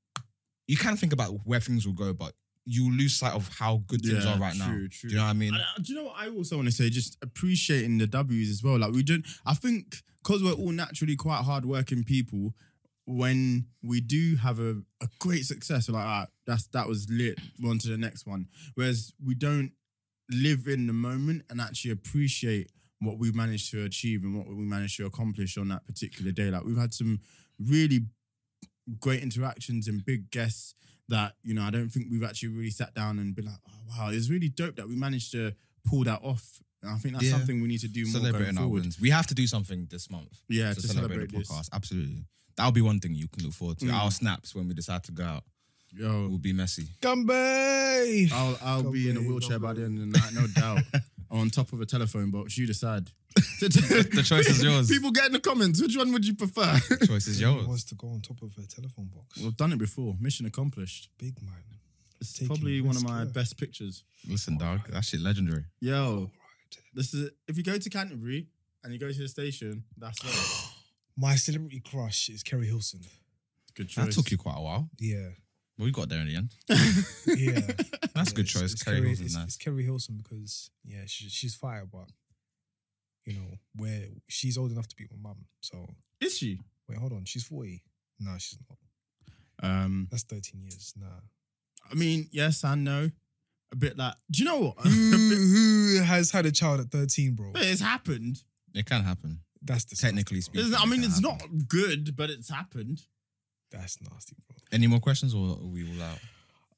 Speaker 3: you can think about where things will go, but you lose sight of how good things
Speaker 2: Yeah,
Speaker 3: are right now.
Speaker 2: true,
Speaker 3: Do you know what I mean?
Speaker 2: And, uh, do you know what I also want to say? Just appreciating the W's as well. Like we don't. I think because we're all naturally quite hardworking people. When we do have a, a great success, we're like ah, that's that was lit. We're on to the next one. Whereas we don't live in the moment and actually appreciate what we managed to achieve and what we managed to accomplish on that particular day. Like we've had some really great interactions and big guests that you know I don't think we've actually really sat down and been like, oh wow, it's really dope that we managed to pull that off. And I think that's
Speaker 3: Yeah.
Speaker 2: something we need to do more going
Speaker 3: Celebrating our
Speaker 2: forward.
Speaker 3: wins. We have to do something this month.
Speaker 2: Yeah,
Speaker 3: to,
Speaker 2: to
Speaker 3: celebrate, the
Speaker 2: celebrate this.
Speaker 3: podcast. Absolutely. That'll be one thing you can look forward to.
Speaker 2: Mm.
Speaker 3: Our snaps when we decide to go out
Speaker 2: Yo,
Speaker 3: will be messy.
Speaker 4: Gumby.
Speaker 2: I'll I'll be in a
Speaker 4: Come on,
Speaker 2: wheelchair by
Speaker 4: come
Speaker 2: the end of the night, no doubt. On top of a telephone box, you decide. the
Speaker 3: choice is yours.
Speaker 2: People get in the comments. Which one would you prefer?
Speaker 3: The choice is
Speaker 4: Who
Speaker 3: yours.
Speaker 4: wants to go on top of a telephone box?
Speaker 2: We've done it before. Mission accomplished.
Speaker 4: Big man.
Speaker 2: It's
Speaker 4: Taking
Speaker 2: probably one of
Speaker 4: risk,
Speaker 2: my
Speaker 4: yeah.
Speaker 2: best pictures.
Speaker 3: Listen, dog, that shit legendary.
Speaker 2: Yo, this is if you go to Canterbury and you go to the station, that's it.
Speaker 4: My celebrity crush is Kerry Hilson.
Speaker 2: Good
Speaker 3: That took you quite a while,
Speaker 4: Yeah.
Speaker 3: but we got there in the end.
Speaker 4: Yeah.
Speaker 3: That's a
Speaker 4: Yeah,
Speaker 3: good
Speaker 4: it's-
Speaker 3: choice.
Speaker 4: It's
Speaker 3: Kerry
Speaker 4: Kerry,
Speaker 3: Hilson's
Speaker 4: it's,
Speaker 3: nice.
Speaker 4: it's Kerry Hilson because yeah, she, she's fire, but you know where she's old enough to be my mum. So
Speaker 2: Is she?
Speaker 4: wait, hold on, she's forty. No, she's not.
Speaker 2: Um,
Speaker 4: That's thirteen years. Nah.
Speaker 2: I mean, yes and no. A bit like, do you know what?
Speaker 4: who, who has had a child at thirteen, bro?
Speaker 2: But it's happened.
Speaker 3: It can happen,
Speaker 4: That's disgusting,
Speaker 3: technically
Speaker 4: bro.
Speaker 3: speaking.
Speaker 2: It's- I
Speaker 3: it
Speaker 2: mean,
Speaker 3: can
Speaker 2: it's
Speaker 3: happen.
Speaker 2: not good, but it's happened.
Speaker 4: That's nasty, bro.
Speaker 3: Any more questions, or are we all out?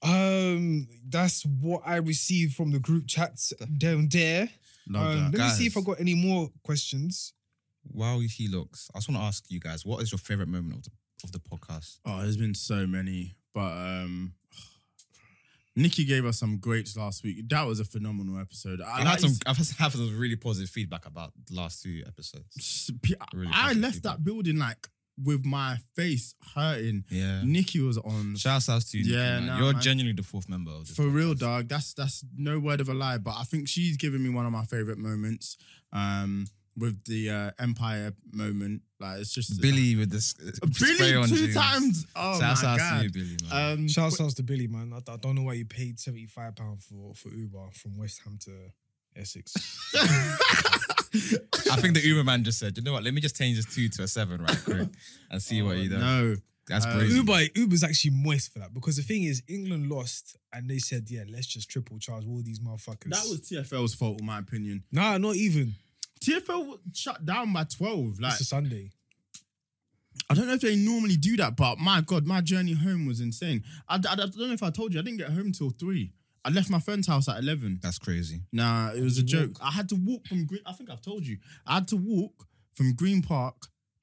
Speaker 4: Um, that's what I received from the group chats down there. Um, let me see if I
Speaker 3: Guys.
Speaker 4: got any more questions.
Speaker 3: While he looks, I just want to ask you guys, what is your favorite moment of the, of the podcast?
Speaker 2: Oh, there's been so many, but um, Nikki gave us some greats last week. That was a phenomenal episode. I,
Speaker 3: I've
Speaker 2: like
Speaker 3: had some, I've had some really positive feedback about the last two episodes.
Speaker 2: s- pe-
Speaker 3: really
Speaker 2: I
Speaker 3: positive
Speaker 2: left that building like with my face hurting.
Speaker 3: Yeah.
Speaker 2: Nikki was on
Speaker 3: Shouts out to you.
Speaker 2: Yeah,
Speaker 3: Yeah,
Speaker 2: nah,
Speaker 3: You're
Speaker 2: man.
Speaker 3: genuinely the fourth member of this.
Speaker 2: For real, dog. That's that's no word of a lie. But I think she's given me one of my favorite moments. Um, with the uh, Empire moment, like it's just
Speaker 3: Billy with uh, this.
Speaker 2: Uh, Billy two times. Oh
Speaker 3: Shouts
Speaker 2: my
Speaker 3: out
Speaker 2: god.
Speaker 3: to you, Billy, man.
Speaker 2: Um,
Speaker 4: Shout outs to Billy, man. I, I don't know why you paid seventy five pound for for Uber from West Ham to Essex.
Speaker 3: I think the Uber man just said, you know what, let me just change this two to a seven right quick and see what you do.
Speaker 2: Oh, no,
Speaker 3: That's
Speaker 2: Uh,
Speaker 3: crazy.
Speaker 4: Uber Uber's actually moist for that because the thing is, England lost and they said, yeah, let's just triple charge all these motherfuckers.
Speaker 2: that was TFL's fault, in my opinion.
Speaker 4: nah, not even.
Speaker 2: TFL was shut down by twelve. Like
Speaker 4: It's a Sunday.
Speaker 2: I don't know if they normally do that, but my god, my journey home was insane. I, I- I don't know if I told you, I didn't get home till three. I left my friend's house at eleven.
Speaker 3: That's crazy.
Speaker 2: Nah, it was a joke. I had to walk from Green. I think I've told you. I had to walk from Green Park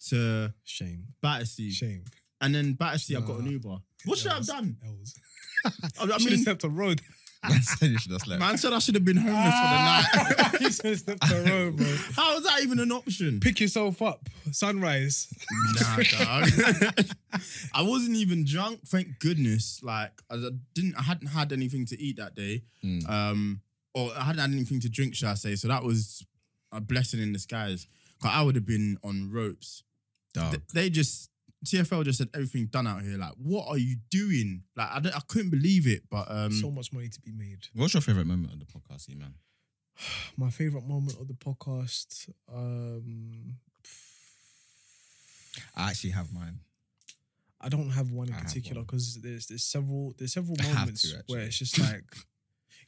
Speaker 2: to
Speaker 4: Shame.
Speaker 2: Battersea,
Speaker 4: Shame.
Speaker 2: and then Battersea, I got an
Speaker 4: Nah.
Speaker 2: Uber. What should I have done?
Speaker 4: L's.
Speaker 2: I, I
Speaker 4: should have
Speaker 2: mean,
Speaker 4: stepped on road.
Speaker 3: I said you should have slept.
Speaker 2: man said I should have been homeless
Speaker 4: Ah.
Speaker 2: for the night.
Speaker 4: you should have stepped on road, bro.
Speaker 2: How is that even an option?
Speaker 4: Pick yourself up. Sunrise.
Speaker 2: Nah, dog. I wasn't even drunk. Thank goodness. Like I didn't. I hadn't had anything to eat that day,
Speaker 4: Hmm.
Speaker 3: Mm.
Speaker 2: um, or I hadn't had anything to drink. Should I say? So that was a blessing in disguise. Cause I would have been on ropes.
Speaker 3: Dog.
Speaker 2: Th- They just TFL just said everything done out here. Like, what are you doing? Like, I, don't- I couldn't believe it. But um,
Speaker 4: so much money to be made.
Speaker 3: What's your favorite moment of the podcast, E man?
Speaker 4: My favorite moment of the podcast. Um,
Speaker 3: I actually have mine.
Speaker 4: I don't have one in
Speaker 3: I have
Speaker 4: particular
Speaker 3: one.
Speaker 4: because there's there's several there's several
Speaker 3: I have
Speaker 4: moments
Speaker 3: two, actually.
Speaker 4: where it's just like,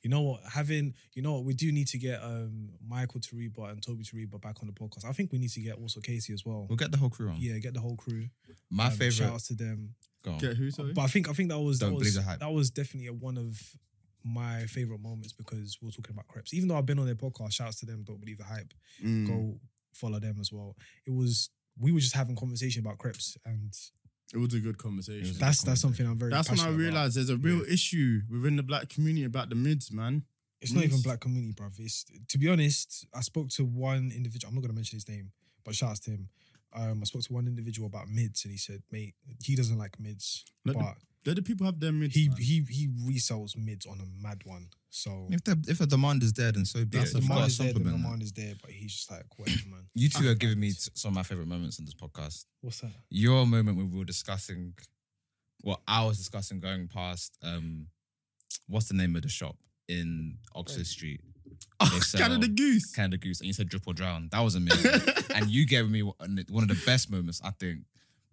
Speaker 4: you know what, having you know what, we do need to get um Michael Tariba and Toby Tariba back on the podcast. I think we need to get also Casey as well.
Speaker 3: We'll get the whole crew on.
Speaker 4: Yeah, get the whole crew.
Speaker 3: My
Speaker 4: Um,
Speaker 3: favorite.
Speaker 4: Shout outs to them.
Speaker 3: Go on.
Speaker 2: get who? Sorry.
Speaker 4: But I think I think that was that
Speaker 3: Don't
Speaker 4: was,
Speaker 3: believe the hype.
Speaker 4: that was definitely a, one of my favorite moments because we we're talking about Krebs. Even though I've been on their podcast, shouts to them. Don't believe the hype.
Speaker 3: Hmm.
Speaker 2: Mm.
Speaker 4: Go follow them as well. It was we were just having conversation about Krebs, and
Speaker 2: It was a good conversation.
Speaker 4: that's that's something I'm very.
Speaker 2: That's when I
Speaker 4: passionate about.
Speaker 2: realized there's a real issue within the black community about the mids, man.
Speaker 4: It's not even
Speaker 2: Yes.
Speaker 4: black community, bruv. It's to be honest, I spoke to one individual. I'm not gonna mention his name, but shout out to him. Um, I spoke to one individual about mids, and he said, "Mate, he doesn't like mids,
Speaker 2: Let the-
Speaker 4: but
Speaker 2: Let the people have their mids.
Speaker 4: he
Speaker 2: man.
Speaker 4: he he resells mids on a mad one." So
Speaker 3: If the if the demand is there, then so be
Speaker 4: that's
Speaker 3: it.
Speaker 4: the
Speaker 3: You've got
Speaker 4: man
Speaker 3: to
Speaker 4: is there, the
Speaker 3: supplement that.
Speaker 4: man is there, but he's just like whatever, man.
Speaker 3: You
Speaker 2: Ah.
Speaker 3: two are giving me t- some of my favorite moments in this podcast.
Speaker 4: What's that?
Speaker 3: Your moment when we were discussing, well, I was discussing going past, um, what's the name of the shop in Oxford Street? They sell
Speaker 2: Canada Goose.
Speaker 3: Canada Goose, and you said drip or drown. That was amazing. and you gave me one one of the best moments, I think,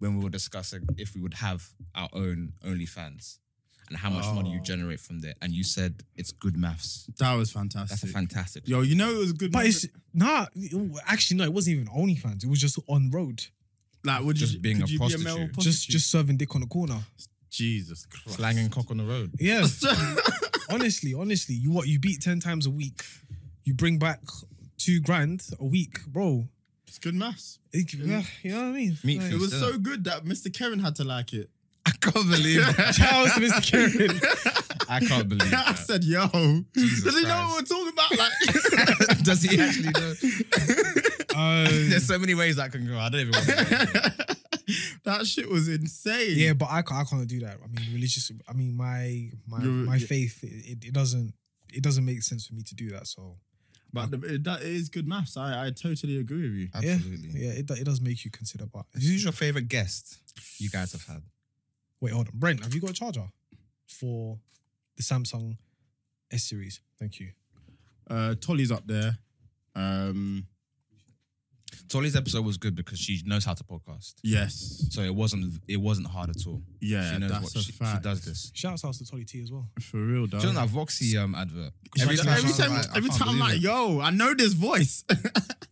Speaker 3: when we were discussing if we would have our own OnlyFans and how much money you generate from there. And you said it's good maths.
Speaker 2: That was
Speaker 3: That's a
Speaker 2: fantastic.
Speaker 3: fantastic.
Speaker 2: Yo, you know it was a good.
Speaker 4: But
Speaker 2: moment.
Speaker 4: it's nah. Actually, no, it wasn't even OnlyFans. It was just on road,
Speaker 2: like, would
Speaker 3: just
Speaker 2: you,
Speaker 3: being
Speaker 2: could
Speaker 3: a
Speaker 2: you Be a male
Speaker 3: prostitute.
Speaker 4: just just serving dick on the corner.
Speaker 2: Jesus Christ.
Speaker 3: Slanging cock on the road.
Speaker 4: Yeah, honestly, honestly, you what you beat ten times a week, you bring back two grand a week, bro.
Speaker 2: it's good maths.
Speaker 4: It- yeah, you know what I mean.
Speaker 3: Meat
Speaker 4: Like,
Speaker 3: feast.
Speaker 2: It was
Speaker 3: Yeah.
Speaker 2: so good that Mr. Karen had to like it.
Speaker 3: I can't believe that.
Speaker 4: Shout out to Mr. Kieran.
Speaker 3: I can't believe
Speaker 2: I
Speaker 3: that.
Speaker 2: said, "Yo, does he know
Speaker 3: Christ.
Speaker 2: what we're talking about?" Like,
Speaker 3: Does he actually know?
Speaker 4: Um,
Speaker 3: There's so many ways that can go. I don't even want to.
Speaker 2: that shit was insane.
Speaker 4: yeah, but I can't, I can't do that. I mean, religious. I mean, my my
Speaker 2: You're-
Speaker 4: my
Speaker 2: yeah.
Speaker 4: faith. It, it doesn't it doesn't make sense for me to do that. So
Speaker 2: but the, that is good maths. I, I totally agree with you.
Speaker 4: yeah,
Speaker 3: Absolutely.
Speaker 4: yeah, it, do- it does make you consider. But
Speaker 3: Who's your favorite guest you guys have had?
Speaker 4: wait, hold on, Brent, have you got a charger for the Samsung S series? Thank you.
Speaker 2: Uh, Tolly's up there. Um,
Speaker 3: Tolly's episode was good because she knows how to podcast.
Speaker 2: yes,
Speaker 3: So it wasn't it wasn't hard at all.
Speaker 2: yeah,
Speaker 3: she knows
Speaker 2: that's
Speaker 3: what
Speaker 2: a
Speaker 3: she,
Speaker 2: fact.
Speaker 3: she does this.
Speaker 4: Shouts out to Tolly T as well.
Speaker 2: for real, dog.
Speaker 3: Do you know that Voxy um, advert?
Speaker 2: Every,
Speaker 4: Shout
Speaker 2: time,
Speaker 4: out
Speaker 2: every
Speaker 4: to
Speaker 2: time,
Speaker 4: Tolly.
Speaker 2: every
Speaker 3: I can't
Speaker 2: time I'm
Speaker 3: believe
Speaker 2: like,
Speaker 3: it.
Speaker 2: "Yo, I know this voice."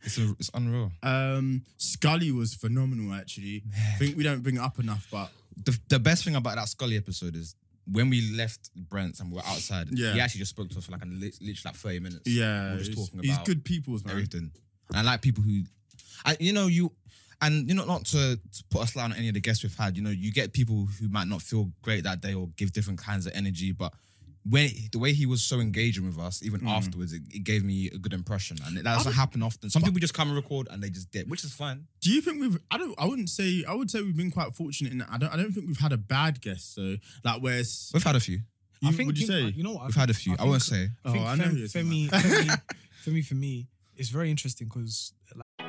Speaker 3: It's, a, it's unreal.
Speaker 2: Um, Scully was phenomenal, actually. I think we don't bring it up enough, but
Speaker 3: The, the best thing about that Scully episode is when we left Brent's and we were outside,
Speaker 2: Yeah.
Speaker 3: he actually just spoke to us for like a, lit- literally like 30 minutes.
Speaker 2: yeah,
Speaker 3: We were just
Speaker 2: he's-
Speaker 3: talking
Speaker 2: he's
Speaker 3: about
Speaker 2: good people's man.
Speaker 3: everything. And I like people who, I, you know, you, and you know, not to, to put a slight on any of the guests we've had, you know, you get people who might not feel great that day or give different kinds of energy, but when the way he was so engaging with us, even afterwards, it, it gave me a good impression, and that doesn't happen often. Some people just come and record and they just dip, which is fine.
Speaker 2: Do you think we've? I don't. I wouldn't say. I would say we've been quite fortunate in that. I don't. I don't think we've had a bad guest. So like, where it's,
Speaker 3: We've had a few.
Speaker 2: you,
Speaker 4: I think
Speaker 2: would you say?
Speaker 4: You know what? I
Speaker 3: We've
Speaker 4: think-
Speaker 3: had a few. I, won't say.
Speaker 2: Oh,
Speaker 4: think
Speaker 2: I know
Speaker 4: Fem-
Speaker 2: who you're talking
Speaker 4: Femi, Femi, Femi, for me, it's very interesting because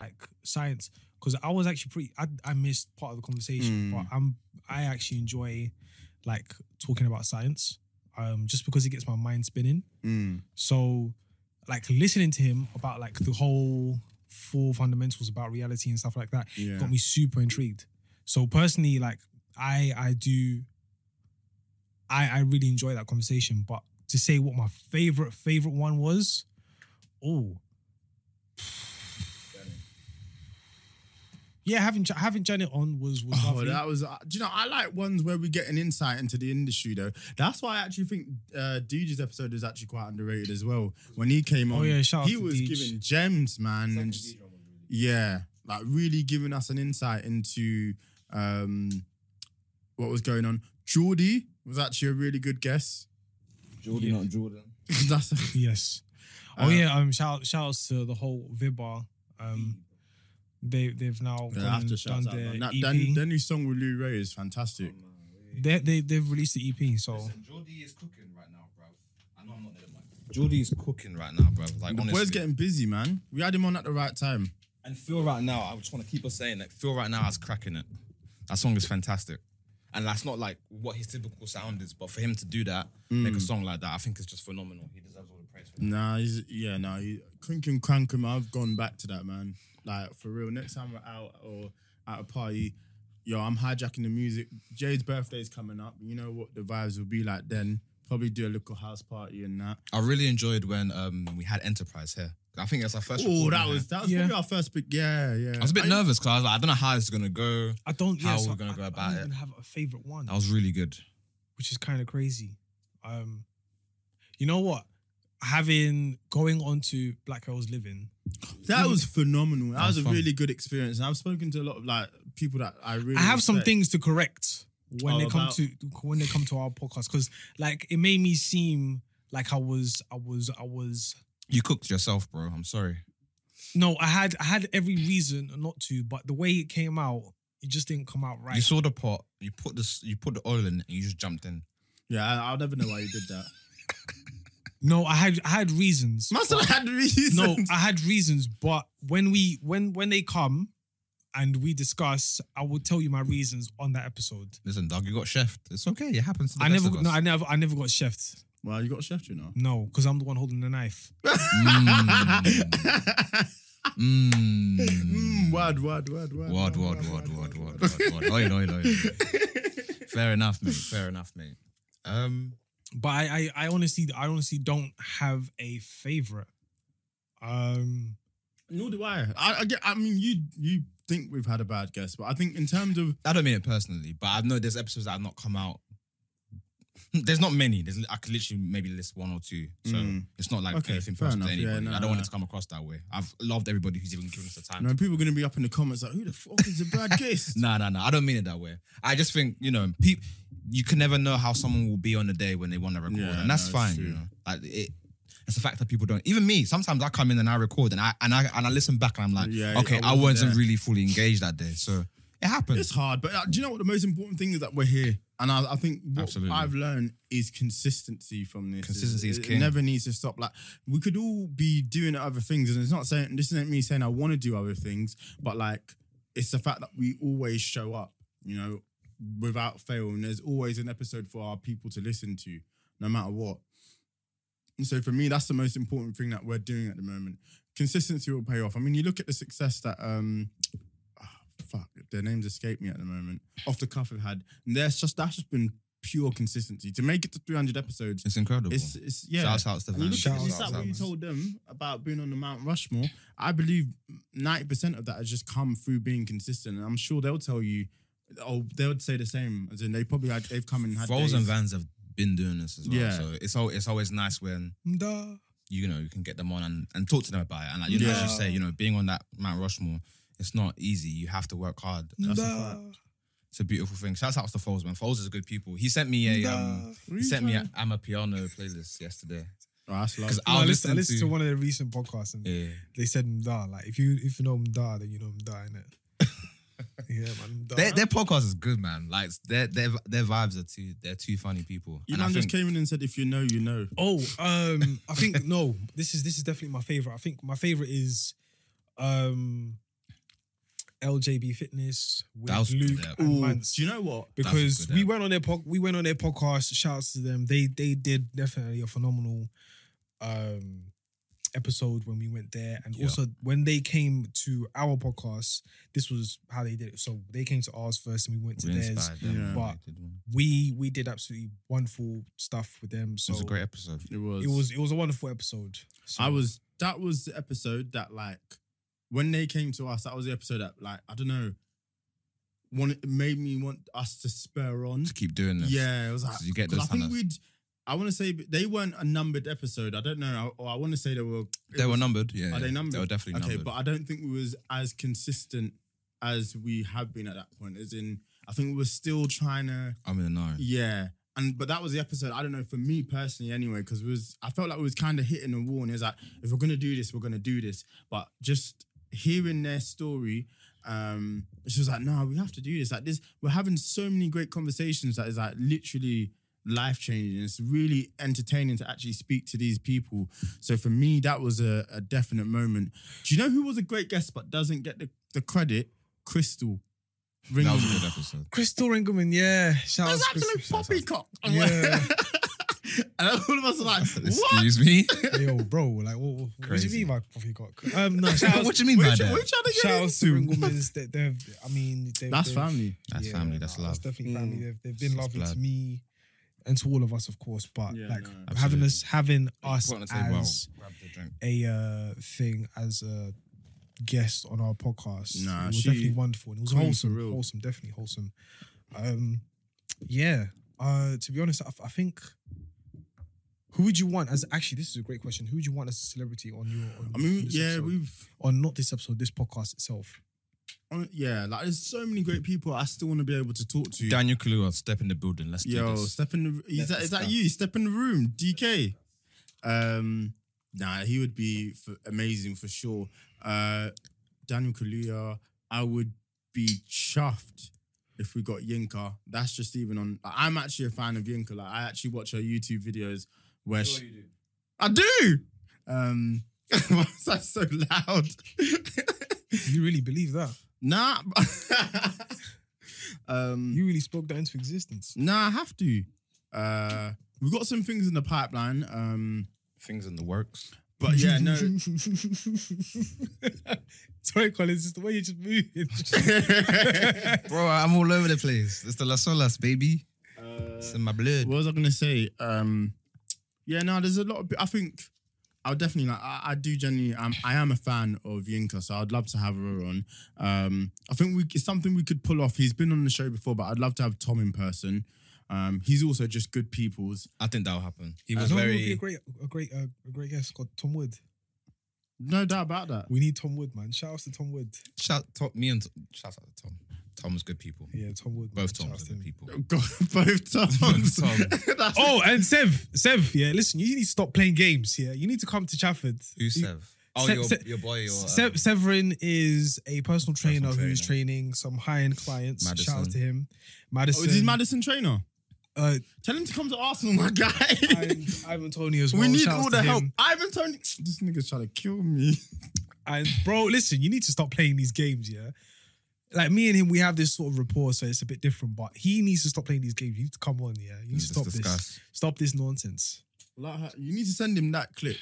Speaker 4: like science, because I was actually pretty. I, I missed part of the conversation,
Speaker 2: Hmm.
Speaker 4: but I'm I actually enjoy like talking about science, um, just because it gets my mind spinning.
Speaker 2: Mm.
Speaker 4: So, like listening to him about like the whole four fundamentals about reality and stuff like that
Speaker 2: Yeah.
Speaker 4: got me super intrigued. So personally, like I I do, I I really enjoy that conversation. But to say what my favorite favorite one was, oh. Yeah, having Ja- having Janet on was was
Speaker 2: Oh,
Speaker 4: lovely.
Speaker 2: that was. Uh, do you know? I like ones where we get an insight into the industry, though. That's why I actually think uh, DJ's episode is actually quite underrated as well. When he came on,
Speaker 4: Oh, yeah, shout out
Speaker 2: he
Speaker 4: to
Speaker 2: was
Speaker 4: Deej.
Speaker 2: giving gems, man, and just, yeah, like really giving us an insight into um, what was going on. Geordie was actually a really good guess.
Speaker 3: Jordan, not Jordan.
Speaker 2: That's
Speaker 4: Yes.
Speaker 2: Uh,
Speaker 4: Oh yeah. Um. Shout shout outs to the whole Vibar. Um. They they've now
Speaker 2: E Yeah,
Speaker 4: gone
Speaker 2: I have to
Speaker 4: and
Speaker 2: shout
Speaker 4: done
Speaker 2: out.
Speaker 4: their
Speaker 2: man. That,
Speaker 4: EP.
Speaker 2: that, that new song with Lou Ray is fantastic.
Speaker 3: Oh,
Speaker 4: they they they've released the EP. So
Speaker 3: Jordy is cooking right now, bro. I know I'm not there, Mike. Jordy is cooking right now, bro. Like
Speaker 2: the
Speaker 3: honestly,
Speaker 2: boy's getting busy, man. We had him on at the right time.
Speaker 3: and Phil right now. I just want to keep on saying that Phil right now is cracking it. That song is fantastic, and that's not like what his typical sound is. But for him to do that, make a song like that, I think it's just phenomenal. He deserves all the praise. For that.
Speaker 2: Nah, he's yeah, nah. He, crank him, crank him. I've gone back to that, man. Like for real. Next time we're out or at a party, yo, I'm hijacking the music. Jade's birthday's coming up. You know what the vibes will be like then. Probably do a little house party and that.
Speaker 3: I really enjoyed when um, we had Enterprise here. I think that's our first.
Speaker 2: Oh,
Speaker 3: recording
Speaker 2: that
Speaker 3: here.
Speaker 2: was that was
Speaker 4: Yeah.
Speaker 2: probably our first big. Yeah, yeah.
Speaker 3: I was a bit nervous because I was like, I don't know how it's gonna go.
Speaker 4: I don't.
Speaker 3: How
Speaker 4: yeah, so
Speaker 3: we're gonna
Speaker 4: I,
Speaker 3: go
Speaker 4: I
Speaker 3: about
Speaker 4: don't
Speaker 3: it.
Speaker 4: even have a favorite one,
Speaker 3: That was really good.
Speaker 4: which is kind of crazy. Um, you know what? Having going on to Black Girls Living,
Speaker 2: That was phenomenal. That,
Speaker 3: That
Speaker 2: was,
Speaker 3: was
Speaker 2: a
Speaker 3: fun.
Speaker 2: really good experience. And I've spoken to a lot of like people that I really.
Speaker 4: I have some
Speaker 2: respect.
Speaker 4: things to correct when
Speaker 2: Oh,
Speaker 4: they come
Speaker 2: about-
Speaker 4: to when they come to our podcast because like it made me seem like I was I was I was
Speaker 3: You cooked yourself, bro. I'm sorry.
Speaker 4: no I had I had every reason not to, but the way it came out, it just didn't come out right.
Speaker 3: You saw the pot. You put this. You put the oil in, and you just jumped in.
Speaker 2: Yeah, I, I'll never know why you did that.
Speaker 4: no, I had I had reasons.
Speaker 2: Must have had reasons.
Speaker 4: no, I had reasons, but when we when when they come and we discuss, I will tell you my reasons on that episode.
Speaker 3: Listen, dog, you got chef. It's okay. It happens. To the
Speaker 4: I
Speaker 3: best
Speaker 4: never
Speaker 3: of us.
Speaker 4: no, I never I never got chefed.
Speaker 2: well, you got a chef, you know.
Speaker 4: No, because I'm the one holding the knife.
Speaker 3: Mm.
Speaker 2: Mm, word, word, word, word.
Speaker 3: Word, word, word, word, word, word, word. Oil, oil, oil. Fair enough, mate. Fair enough, mate. Um,
Speaker 4: But I, I I honestly I honestly don't have a favorite. Um
Speaker 2: Nor do I. I, I, get, I mean, you you think we've had a bad guess, but I think in terms of
Speaker 3: I don't mean it personally, but I know there's episodes that have not come out. There's not many. There's I could literally maybe list one or two. So
Speaker 2: Mm.
Speaker 3: it's not like
Speaker 2: Okay,
Speaker 3: anything
Speaker 2: fair
Speaker 3: personal to
Speaker 2: enough. Yeah,
Speaker 3: anybody.
Speaker 2: no,
Speaker 3: I don't want
Speaker 2: no.
Speaker 3: it to come across that way. I've loved everybody who's even given us the time.
Speaker 2: you know, people are going to be up in the comments like, who the fuck is a bad guess?
Speaker 3: No, no, no. I don't mean it that way. I just think you know, peop You can never know how someone will be on the day when they want to record,
Speaker 2: Yeah,
Speaker 3: and that's
Speaker 2: no, it's
Speaker 3: fine.
Speaker 2: true.
Speaker 3: You know, like it. It's the fact that people don't. Even me, sometimes I come in and I record, and I and I and I listen back, and I'm like,
Speaker 2: Yeah,
Speaker 3: okay,
Speaker 2: I
Speaker 3: I,
Speaker 2: wasn't
Speaker 3: wasn't
Speaker 2: there.
Speaker 3: really fully engaged that day, so it happens.
Speaker 2: It's hard, but uh, do you know what the most important thing is that we're here, and I, I think what
Speaker 3: Absolutely.
Speaker 2: I've learned is consistency from this.
Speaker 3: Consistency is
Speaker 2: it,
Speaker 3: king.
Speaker 2: It never needs to stop. Like we could all be doing other things, and it's not saying this isn't me saying I want to do other things, but like it's the fact that we always show up, you know, without fail, and there's always an episode for our people to listen to, no matter what. And so for me, that's the most important thing that we're doing at the moment. Consistency will pay off. I mean, you look at the success that um fuck, their names escape me at the moment. Off the cuff, I've had. And that's just that's just been pure consistency. To make it to 300 episodes,
Speaker 3: It's incredible.
Speaker 2: it's, it's yeah.
Speaker 3: Shouts out to
Speaker 2: And you look at
Speaker 3: Van.
Speaker 2: the
Speaker 4: Shouts
Speaker 2: stat
Speaker 4: out
Speaker 2: what
Speaker 4: to
Speaker 2: you
Speaker 4: Van.
Speaker 2: told them about being on the Mount Rushmore. I believe 90% of that has just come through being consistent. And I'm sure they'll tell you, oh, they would say the same. As in, they probably had, they've come and had days.
Speaker 3: Rolls and Vans have been doing this as well.
Speaker 2: Yeah.
Speaker 3: So it's al- it's always nice when
Speaker 4: Mda.
Speaker 3: you know you can get them on and, and talk to them about it. And like you know, as you
Speaker 4: Yeah.
Speaker 3: say, you know, being on that Mount Rushmore, it's not easy. You have to work hard.
Speaker 4: Mda.
Speaker 3: It's a beautiful thing. Shouts out to Foles, man. Foles is a good people. He sent me a um,
Speaker 4: Mda.
Speaker 3: he sent me a I'm a piano playlist yesterday
Speaker 2: Oh, that's love.
Speaker 3: because
Speaker 4: No, I
Speaker 3: I
Speaker 4: listened, I
Speaker 3: listened
Speaker 4: listened to
Speaker 3: to
Speaker 4: one of their recent podcasts and
Speaker 3: yeah.
Speaker 4: they said Mda. Like if you if you know Mda, then you know Mda, innit? yeah, man. Mda.
Speaker 3: Their, their podcast is good, man. Like their their their vibes are too they're two funny people.
Speaker 2: Elon
Speaker 3: And I
Speaker 2: just
Speaker 3: think
Speaker 2: came in and said, if you know, you know.
Speaker 4: Oh, um, I think no. This is this is definitely my favorite. I think my favorite is, um, LJB Fitness with
Speaker 3: That was-
Speaker 4: Luke
Speaker 3: yeah.
Speaker 4: and
Speaker 2: Ooh,
Speaker 4: Mance.
Speaker 2: do you know what?
Speaker 3: That's
Speaker 4: because
Speaker 3: good,
Speaker 4: we
Speaker 3: yeah.
Speaker 4: went on their po- we went on their podcast. Shouts to them. They they did definitely a phenomenal um episode when we went there, and
Speaker 3: Yeah.
Speaker 4: also when they came to our podcast, this was how they did it. So they came to ours first, and we went to
Speaker 3: we
Speaker 4: theirs.
Speaker 3: inspired them.
Speaker 2: Yeah.
Speaker 3: when
Speaker 4: But-
Speaker 3: they did one.
Speaker 4: We we did absolutely wonderful stuff with them.
Speaker 3: it
Speaker 4: So
Speaker 3: was a great episode.
Speaker 2: It was.
Speaker 4: it was it was a wonderful episode. So-
Speaker 2: I was. That was the episode that, like, when they came to us, that was the episode that, like, I don't know, one it made me want us to spur on.
Speaker 3: To keep doing this.
Speaker 2: Yeah, it was like
Speaker 3: 'Cause you get
Speaker 2: 'cause
Speaker 3: those
Speaker 2: I think
Speaker 3: kind of-
Speaker 2: we'd. I want to say they weren't a numbered episode. I don't know. I, or I want to say they were. it
Speaker 3: They were
Speaker 2: was-
Speaker 3: numbered. Yeah.
Speaker 2: Are
Speaker 3: yeah.
Speaker 2: they numbered?
Speaker 3: They were definitely
Speaker 2: okay,
Speaker 3: numbered.
Speaker 2: but I don't think we was as consistent as we have been at that point. As in, I think we were still trying to.
Speaker 3: I'm in the know.
Speaker 2: Yeah. And but that was the episode. I don't know for me personally, anyway, because was I felt like we was kind of hitting a wall, and it was like, if we're gonna do this, we're gonna do this. But just hearing their story, um, she was like, no, we have to do this. Like this, we're having so many great conversations that is like literally life changing. It's really entertaining to actually speak to these people. So for me, that was a, a definite moment. Do you know who was a great guest but doesn't get the, the credit? Crystal. Ring
Speaker 3: That was a good episode.
Speaker 4: Crystal Ringelman, yeah. Shout out
Speaker 2: that's
Speaker 4: to Crystal.
Speaker 2: absolute poppycock.
Speaker 4: Yeah.
Speaker 2: and all of us are like, what?
Speaker 3: Excuse me.
Speaker 4: Yo, bro, like, what, what, what do
Speaker 3: Crazy.
Speaker 4: you mean by coffee cock? Um, no, shout out
Speaker 3: what do you mean by
Speaker 2: We're try-
Speaker 3: that?
Speaker 2: we're trying to get
Speaker 4: shout out
Speaker 2: in
Speaker 4: to
Speaker 2: soon.
Speaker 4: Ringelman's. That they've, I mean, they've,
Speaker 2: That's
Speaker 4: they've-
Speaker 2: family.
Speaker 3: That's family. That's
Speaker 4: nah,
Speaker 3: love.
Speaker 4: That's definitely family.
Speaker 2: Mm.
Speaker 4: They've, they've been
Speaker 3: It's
Speaker 4: lovely
Speaker 3: blood.
Speaker 4: to me and to all of us, of course. But
Speaker 2: Yeah,
Speaker 4: like
Speaker 2: no,
Speaker 4: having
Speaker 3: absolutely.
Speaker 4: us, having us
Speaker 3: Put on the table,
Speaker 4: as
Speaker 3: I'll grab the drink.
Speaker 4: a uh, thing as a guest on our podcast,
Speaker 2: Nah,
Speaker 4: it was
Speaker 2: she-
Speaker 4: definitely wonderful. And it was
Speaker 2: queen for
Speaker 4: wholesome,
Speaker 2: real.
Speaker 4: wholesome, definitely wholesome. Um, yeah. Uh, to be honest, I, I think. Who would you want as actually? This is a great question. Who would you want as a celebrity on your? On,
Speaker 2: I mean,
Speaker 4: on this
Speaker 2: yeah,
Speaker 4: episode?
Speaker 2: we've,
Speaker 4: on not this episode, this podcast itself.
Speaker 2: on, yeah, like there's so many great people I still want to be able to talk to.
Speaker 3: Daniel Kalua, step in the building. Let's
Speaker 2: Yo,
Speaker 3: do this.
Speaker 2: step in the, is that, is that you? Step in the room, DK. Um, nah, he would be f amazing for sure. Uh, Daniel Kaluuya, I would be chuffed if we got Yinka. That's just even on. like, I'm actually a fan of Yinka. Like I actually watch her YouTube videos where she, I do. Um, why is that so loud?
Speaker 4: Do you really believe that?
Speaker 2: nah. um,
Speaker 4: You really spoke that into existence.
Speaker 2: nah, I have to. Uh, we've got some things in the pipeline. Um,
Speaker 3: Things in the works.
Speaker 2: but yeah, no.
Speaker 4: Sorry, Collins, it's the way you're just moving.
Speaker 3: Bro, I'm all over the place. It's the Las Olas, baby. it's in my blood.
Speaker 2: what was I gonna say? Um, yeah, no, there's a lot of. I think I'll definitely like. I, I do genuinely. I'm, I am a fan of Yinka, so I'd love to have her on. Um, I think we it's something we could pull off. He's been on the show before, but I'd love to have Tom in person. Um, he's also just good people's.
Speaker 3: I think that'll happen. He was
Speaker 4: no, it would be a
Speaker 3: very.
Speaker 4: great, a great, uh, a great guest called Tom Wood.
Speaker 2: No doubt about that.
Speaker 4: We need Tom Wood, man. Shout out to Tom Wood.
Speaker 3: Shout Tom, me and shout out to Tom. Tom's good people.
Speaker 4: Yeah, Tom Wood. man.
Speaker 3: Both
Speaker 4: Shout out
Speaker 3: Tom's are
Speaker 4: to him.
Speaker 3: good people.
Speaker 2: God, both Toms.
Speaker 3: Tom.
Speaker 2: That's-
Speaker 4: Oh, and Sev, Sev, yeah. Listen, you need to stop playing games. Yeah, you need to come to Chafford.
Speaker 3: Who
Speaker 4: You-
Speaker 3: Sev? Oh,
Speaker 4: Se-
Speaker 3: your,
Speaker 4: Se-
Speaker 3: your boy. Your,
Speaker 4: Se-
Speaker 3: um,
Speaker 4: Severin is a personal trainer who's
Speaker 3: trainer.
Speaker 4: training some high end clients. Shout out
Speaker 3: Madison.
Speaker 4: to him,
Speaker 2: oh,
Speaker 4: Madison.
Speaker 2: is he Madison Trainer?
Speaker 4: uh,
Speaker 2: Tell him to come to Arsenal, my guy.
Speaker 4: Ivan, Ivan Tony as well.
Speaker 2: we need
Speaker 4: Shout outs
Speaker 2: all
Speaker 4: to
Speaker 2: the
Speaker 4: him.
Speaker 2: help. Ivan Tony. This nigga's trying to kill me.
Speaker 4: And bro, listen, you need to stop playing these games, yeah. Like me and him, we have this sort of rapport, so it's a bit different. But he needs to stop playing these games. You need to come on, yeah. You need to
Speaker 3: Let's
Speaker 4: stop this.
Speaker 3: discuss.
Speaker 4: Stop this nonsense.
Speaker 2: Like, her- you need to send him that clip.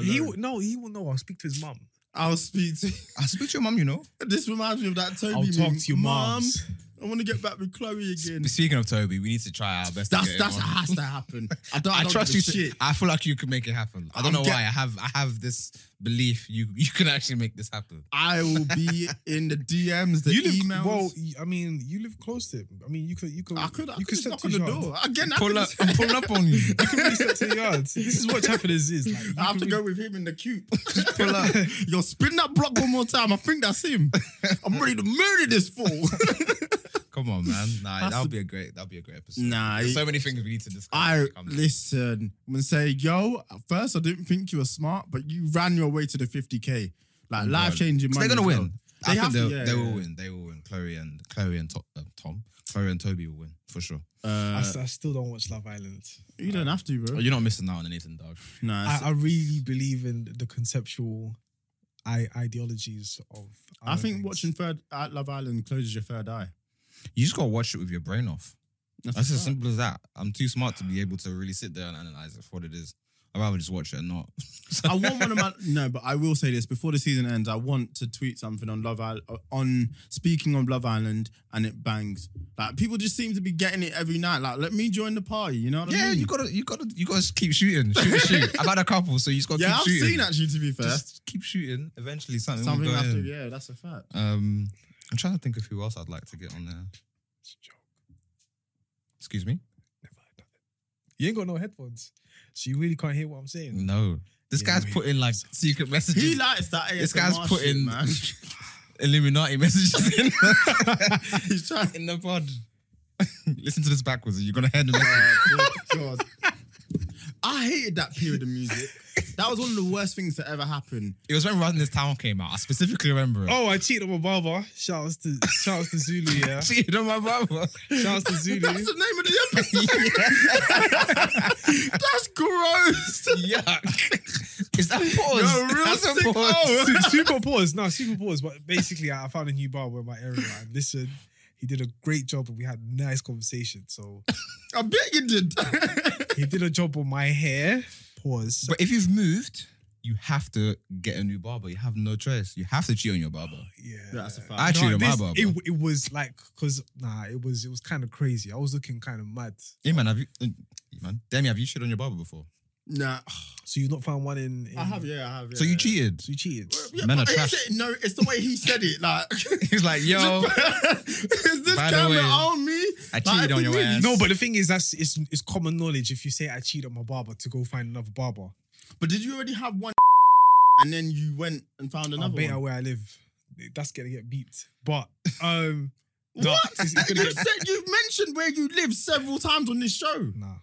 Speaker 4: He
Speaker 2: Alone.
Speaker 4: will, no, he will know. I'll speak to his mum.
Speaker 2: I'll speak to.
Speaker 3: I speak to your mum, you know.
Speaker 2: This reminds me of that Toby.
Speaker 4: I'll talk
Speaker 2: meme.
Speaker 4: to your
Speaker 2: Mom,
Speaker 4: moms.
Speaker 2: I want to get back with Chloe again.
Speaker 3: Speaking of Toby, we need to try our best. to
Speaker 2: That's
Speaker 3: get
Speaker 2: that's
Speaker 3: him on.
Speaker 2: has to happen. I don't. I,
Speaker 3: I
Speaker 2: don't
Speaker 3: trust you.
Speaker 2: give a
Speaker 3: Shit.
Speaker 2: Shit.
Speaker 3: I feel like you could make it happen. I don't
Speaker 2: I'm
Speaker 3: know
Speaker 2: get-
Speaker 3: why. I have I have this belief you you can actually make this happen.
Speaker 2: I will be in the DMs, the
Speaker 4: you live
Speaker 2: emails.
Speaker 4: well. y- I mean, you live close to it. I mean, you could, you could,
Speaker 2: I could. I
Speaker 4: you
Speaker 2: could just
Speaker 4: step
Speaker 2: knock
Speaker 4: to
Speaker 2: on the
Speaker 4: his yard.
Speaker 2: door again. I
Speaker 3: Pull
Speaker 2: could
Speaker 3: up,
Speaker 2: just-
Speaker 3: I'm pulling up on you.
Speaker 4: You could really step to your yards. This is what Chafferners is. Like, you
Speaker 2: I have
Speaker 4: could
Speaker 2: to
Speaker 4: really-
Speaker 2: go with him in the cube. Just pull up. Yo, spin that block one more time. I think that's him. I'm ready to murder this fool.
Speaker 3: Come on, man. Nah,
Speaker 2: Has
Speaker 3: that
Speaker 2: to-
Speaker 3: would be a great. That would be a great episode.
Speaker 2: Nah,
Speaker 3: There's
Speaker 2: it-
Speaker 3: so many things we need to discuss.
Speaker 2: I
Speaker 3: Come on.
Speaker 2: listen. I'm gonna say, yo. At first, I didn't think you were smart, but you ran your way to the 50k. Like life changing
Speaker 3: 'Cause
Speaker 2: money.
Speaker 3: They're gonna
Speaker 2: as well.
Speaker 3: win.
Speaker 2: They
Speaker 3: I think
Speaker 2: have to,
Speaker 3: they'll-
Speaker 2: yeah,
Speaker 3: they will
Speaker 2: yeah.
Speaker 3: win. They will win. Chloe and Chloe and to- uh, Tom, Chloe and Toby will win for sure.
Speaker 4: I, s- I still don't watch Love Island.
Speaker 2: You don't have to,
Speaker 3: Oh,
Speaker 2: bro.
Speaker 3: you're not missing out on anything, dog.
Speaker 2: Nah, it's-
Speaker 4: I, I really believe in the conceptual I- ideologies of.
Speaker 2: I
Speaker 4: other
Speaker 2: think
Speaker 4: things.
Speaker 2: watching Third at Love Island closes your third eye.
Speaker 3: You just gotta watch it with your brain off.
Speaker 2: That's
Speaker 3: That's
Speaker 2: a
Speaker 3: as
Speaker 2: fact.
Speaker 3: simple as that. I'm too smart to be able to really sit there and analyze it for what it is. I'd rather just watch it and not.
Speaker 2: I want one of my no, but I will say this before the season ends. I want to tweet something on Love Island, on speaking of Love Island, and it bangs. Like people just seem to be getting it every night. Like let me join the party. You know what I
Speaker 3: Yeah,
Speaker 2: mean?
Speaker 3: you gotta, you gotta, you gotta keep shooting, shoot, shoot. I've had a couple, so you just gotta
Speaker 2: yeah,
Speaker 3: keep
Speaker 2: I've
Speaker 3: shooting.
Speaker 2: seen actually. To be fair,
Speaker 3: Just keep shooting. Eventually, something,
Speaker 2: something
Speaker 3: will go
Speaker 2: after.
Speaker 3: in.
Speaker 2: Yeah, that's a fact.
Speaker 3: Um, I'm trying to think of who else I'd like to get on there.
Speaker 4: It's a joke.
Speaker 3: Excuse me.
Speaker 4: Never heard of it. You ain't got no headphones, so you really can't hear what I'm saying.
Speaker 3: No, this
Speaker 4: Yeah,
Speaker 3: guy's
Speaker 4: we-
Speaker 3: putting like secret messages.
Speaker 2: He likes that. ASMR
Speaker 3: this guy's
Speaker 2: shit,
Speaker 3: putting
Speaker 2: man.
Speaker 3: Illuminati messages in.
Speaker 2: He's trying.
Speaker 3: in the pod. Listen to this backwards. You're gonna hear the message.
Speaker 2: Oh, good God. I hated that period of music. That was one of the worst things that ever happened.
Speaker 3: It was when Run This Town came out. I specifically remember it.
Speaker 4: Oh, I cheated on my barber. Shouts to shouts to Zulu, yeah.
Speaker 3: cheated on my brother.
Speaker 4: Shouts to Zulu.
Speaker 2: That's the name of the episode. That's gross.
Speaker 3: Yuck. Is that pause?
Speaker 2: Yo, real
Speaker 3: That's a
Speaker 2: sick.
Speaker 3: pause.
Speaker 2: Oh.
Speaker 4: Su- super pause. No, super pause. But basically, I I found a new barber in my area. And listen, he did a great job, and we had nice conversation. So
Speaker 2: I bet you did.
Speaker 4: he did a job on my hair. Pause.
Speaker 3: But if you've moved, you have to get a new barber. You have no choice. You have to cheat on your
Speaker 2: Oh,
Speaker 3: barber.
Speaker 4: yeah,
Speaker 2: That's a fact.
Speaker 3: I cheated on my
Speaker 4: this-
Speaker 3: barber.
Speaker 4: it, it was like because nah, it was it was kind of crazy. I was looking kind of mad.
Speaker 3: Hey man, have you, uh, man, Demi, have you cheated on your barber before?
Speaker 2: nah,
Speaker 4: So you've not found one in. in
Speaker 2: I have. Yeah, I have. Yeah,
Speaker 3: so you
Speaker 2: yeah.
Speaker 3: cheated.
Speaker 4: So you cheated.
Speaker 2: Yeah,
Speaker 3: Men
Speaker 2: but
Speaker 3: are
Speaker 2: he
Speaker 3: trash.
Speaker 2: said- no, it's the way he said it. Like,
Speaker 3: He's like, yo,
Speaker 2: is this
Speaker 3: By the
Speaker 2: camera
Speaker 3: way,
Speaker 2: on me?
Speaker 3: I
Speaker 2: Like,
Speaker 3: cheated on your
Speaker 2: if it is-
Speaker 3: ass.
Speaker 4: No, but the thing is, that's it's, it's common knowledge. If you say I cheat on my barber, to go find another barber.
Speaker 2: But did you already have one? And then you went and found
Speaker 4: Another
Speaker 2: another
Speaker 4: beta
Speaker 2: one.
Speaker 4: where I live, that's gonna get beat. But um, no,
Speaker 2: what?
Speaker 4: it's- it's gonna
Speaker 2: you
Speaker 4: get-
Speaker 2: said you mentioned where you live several times on this show.
Speaker 4: nah.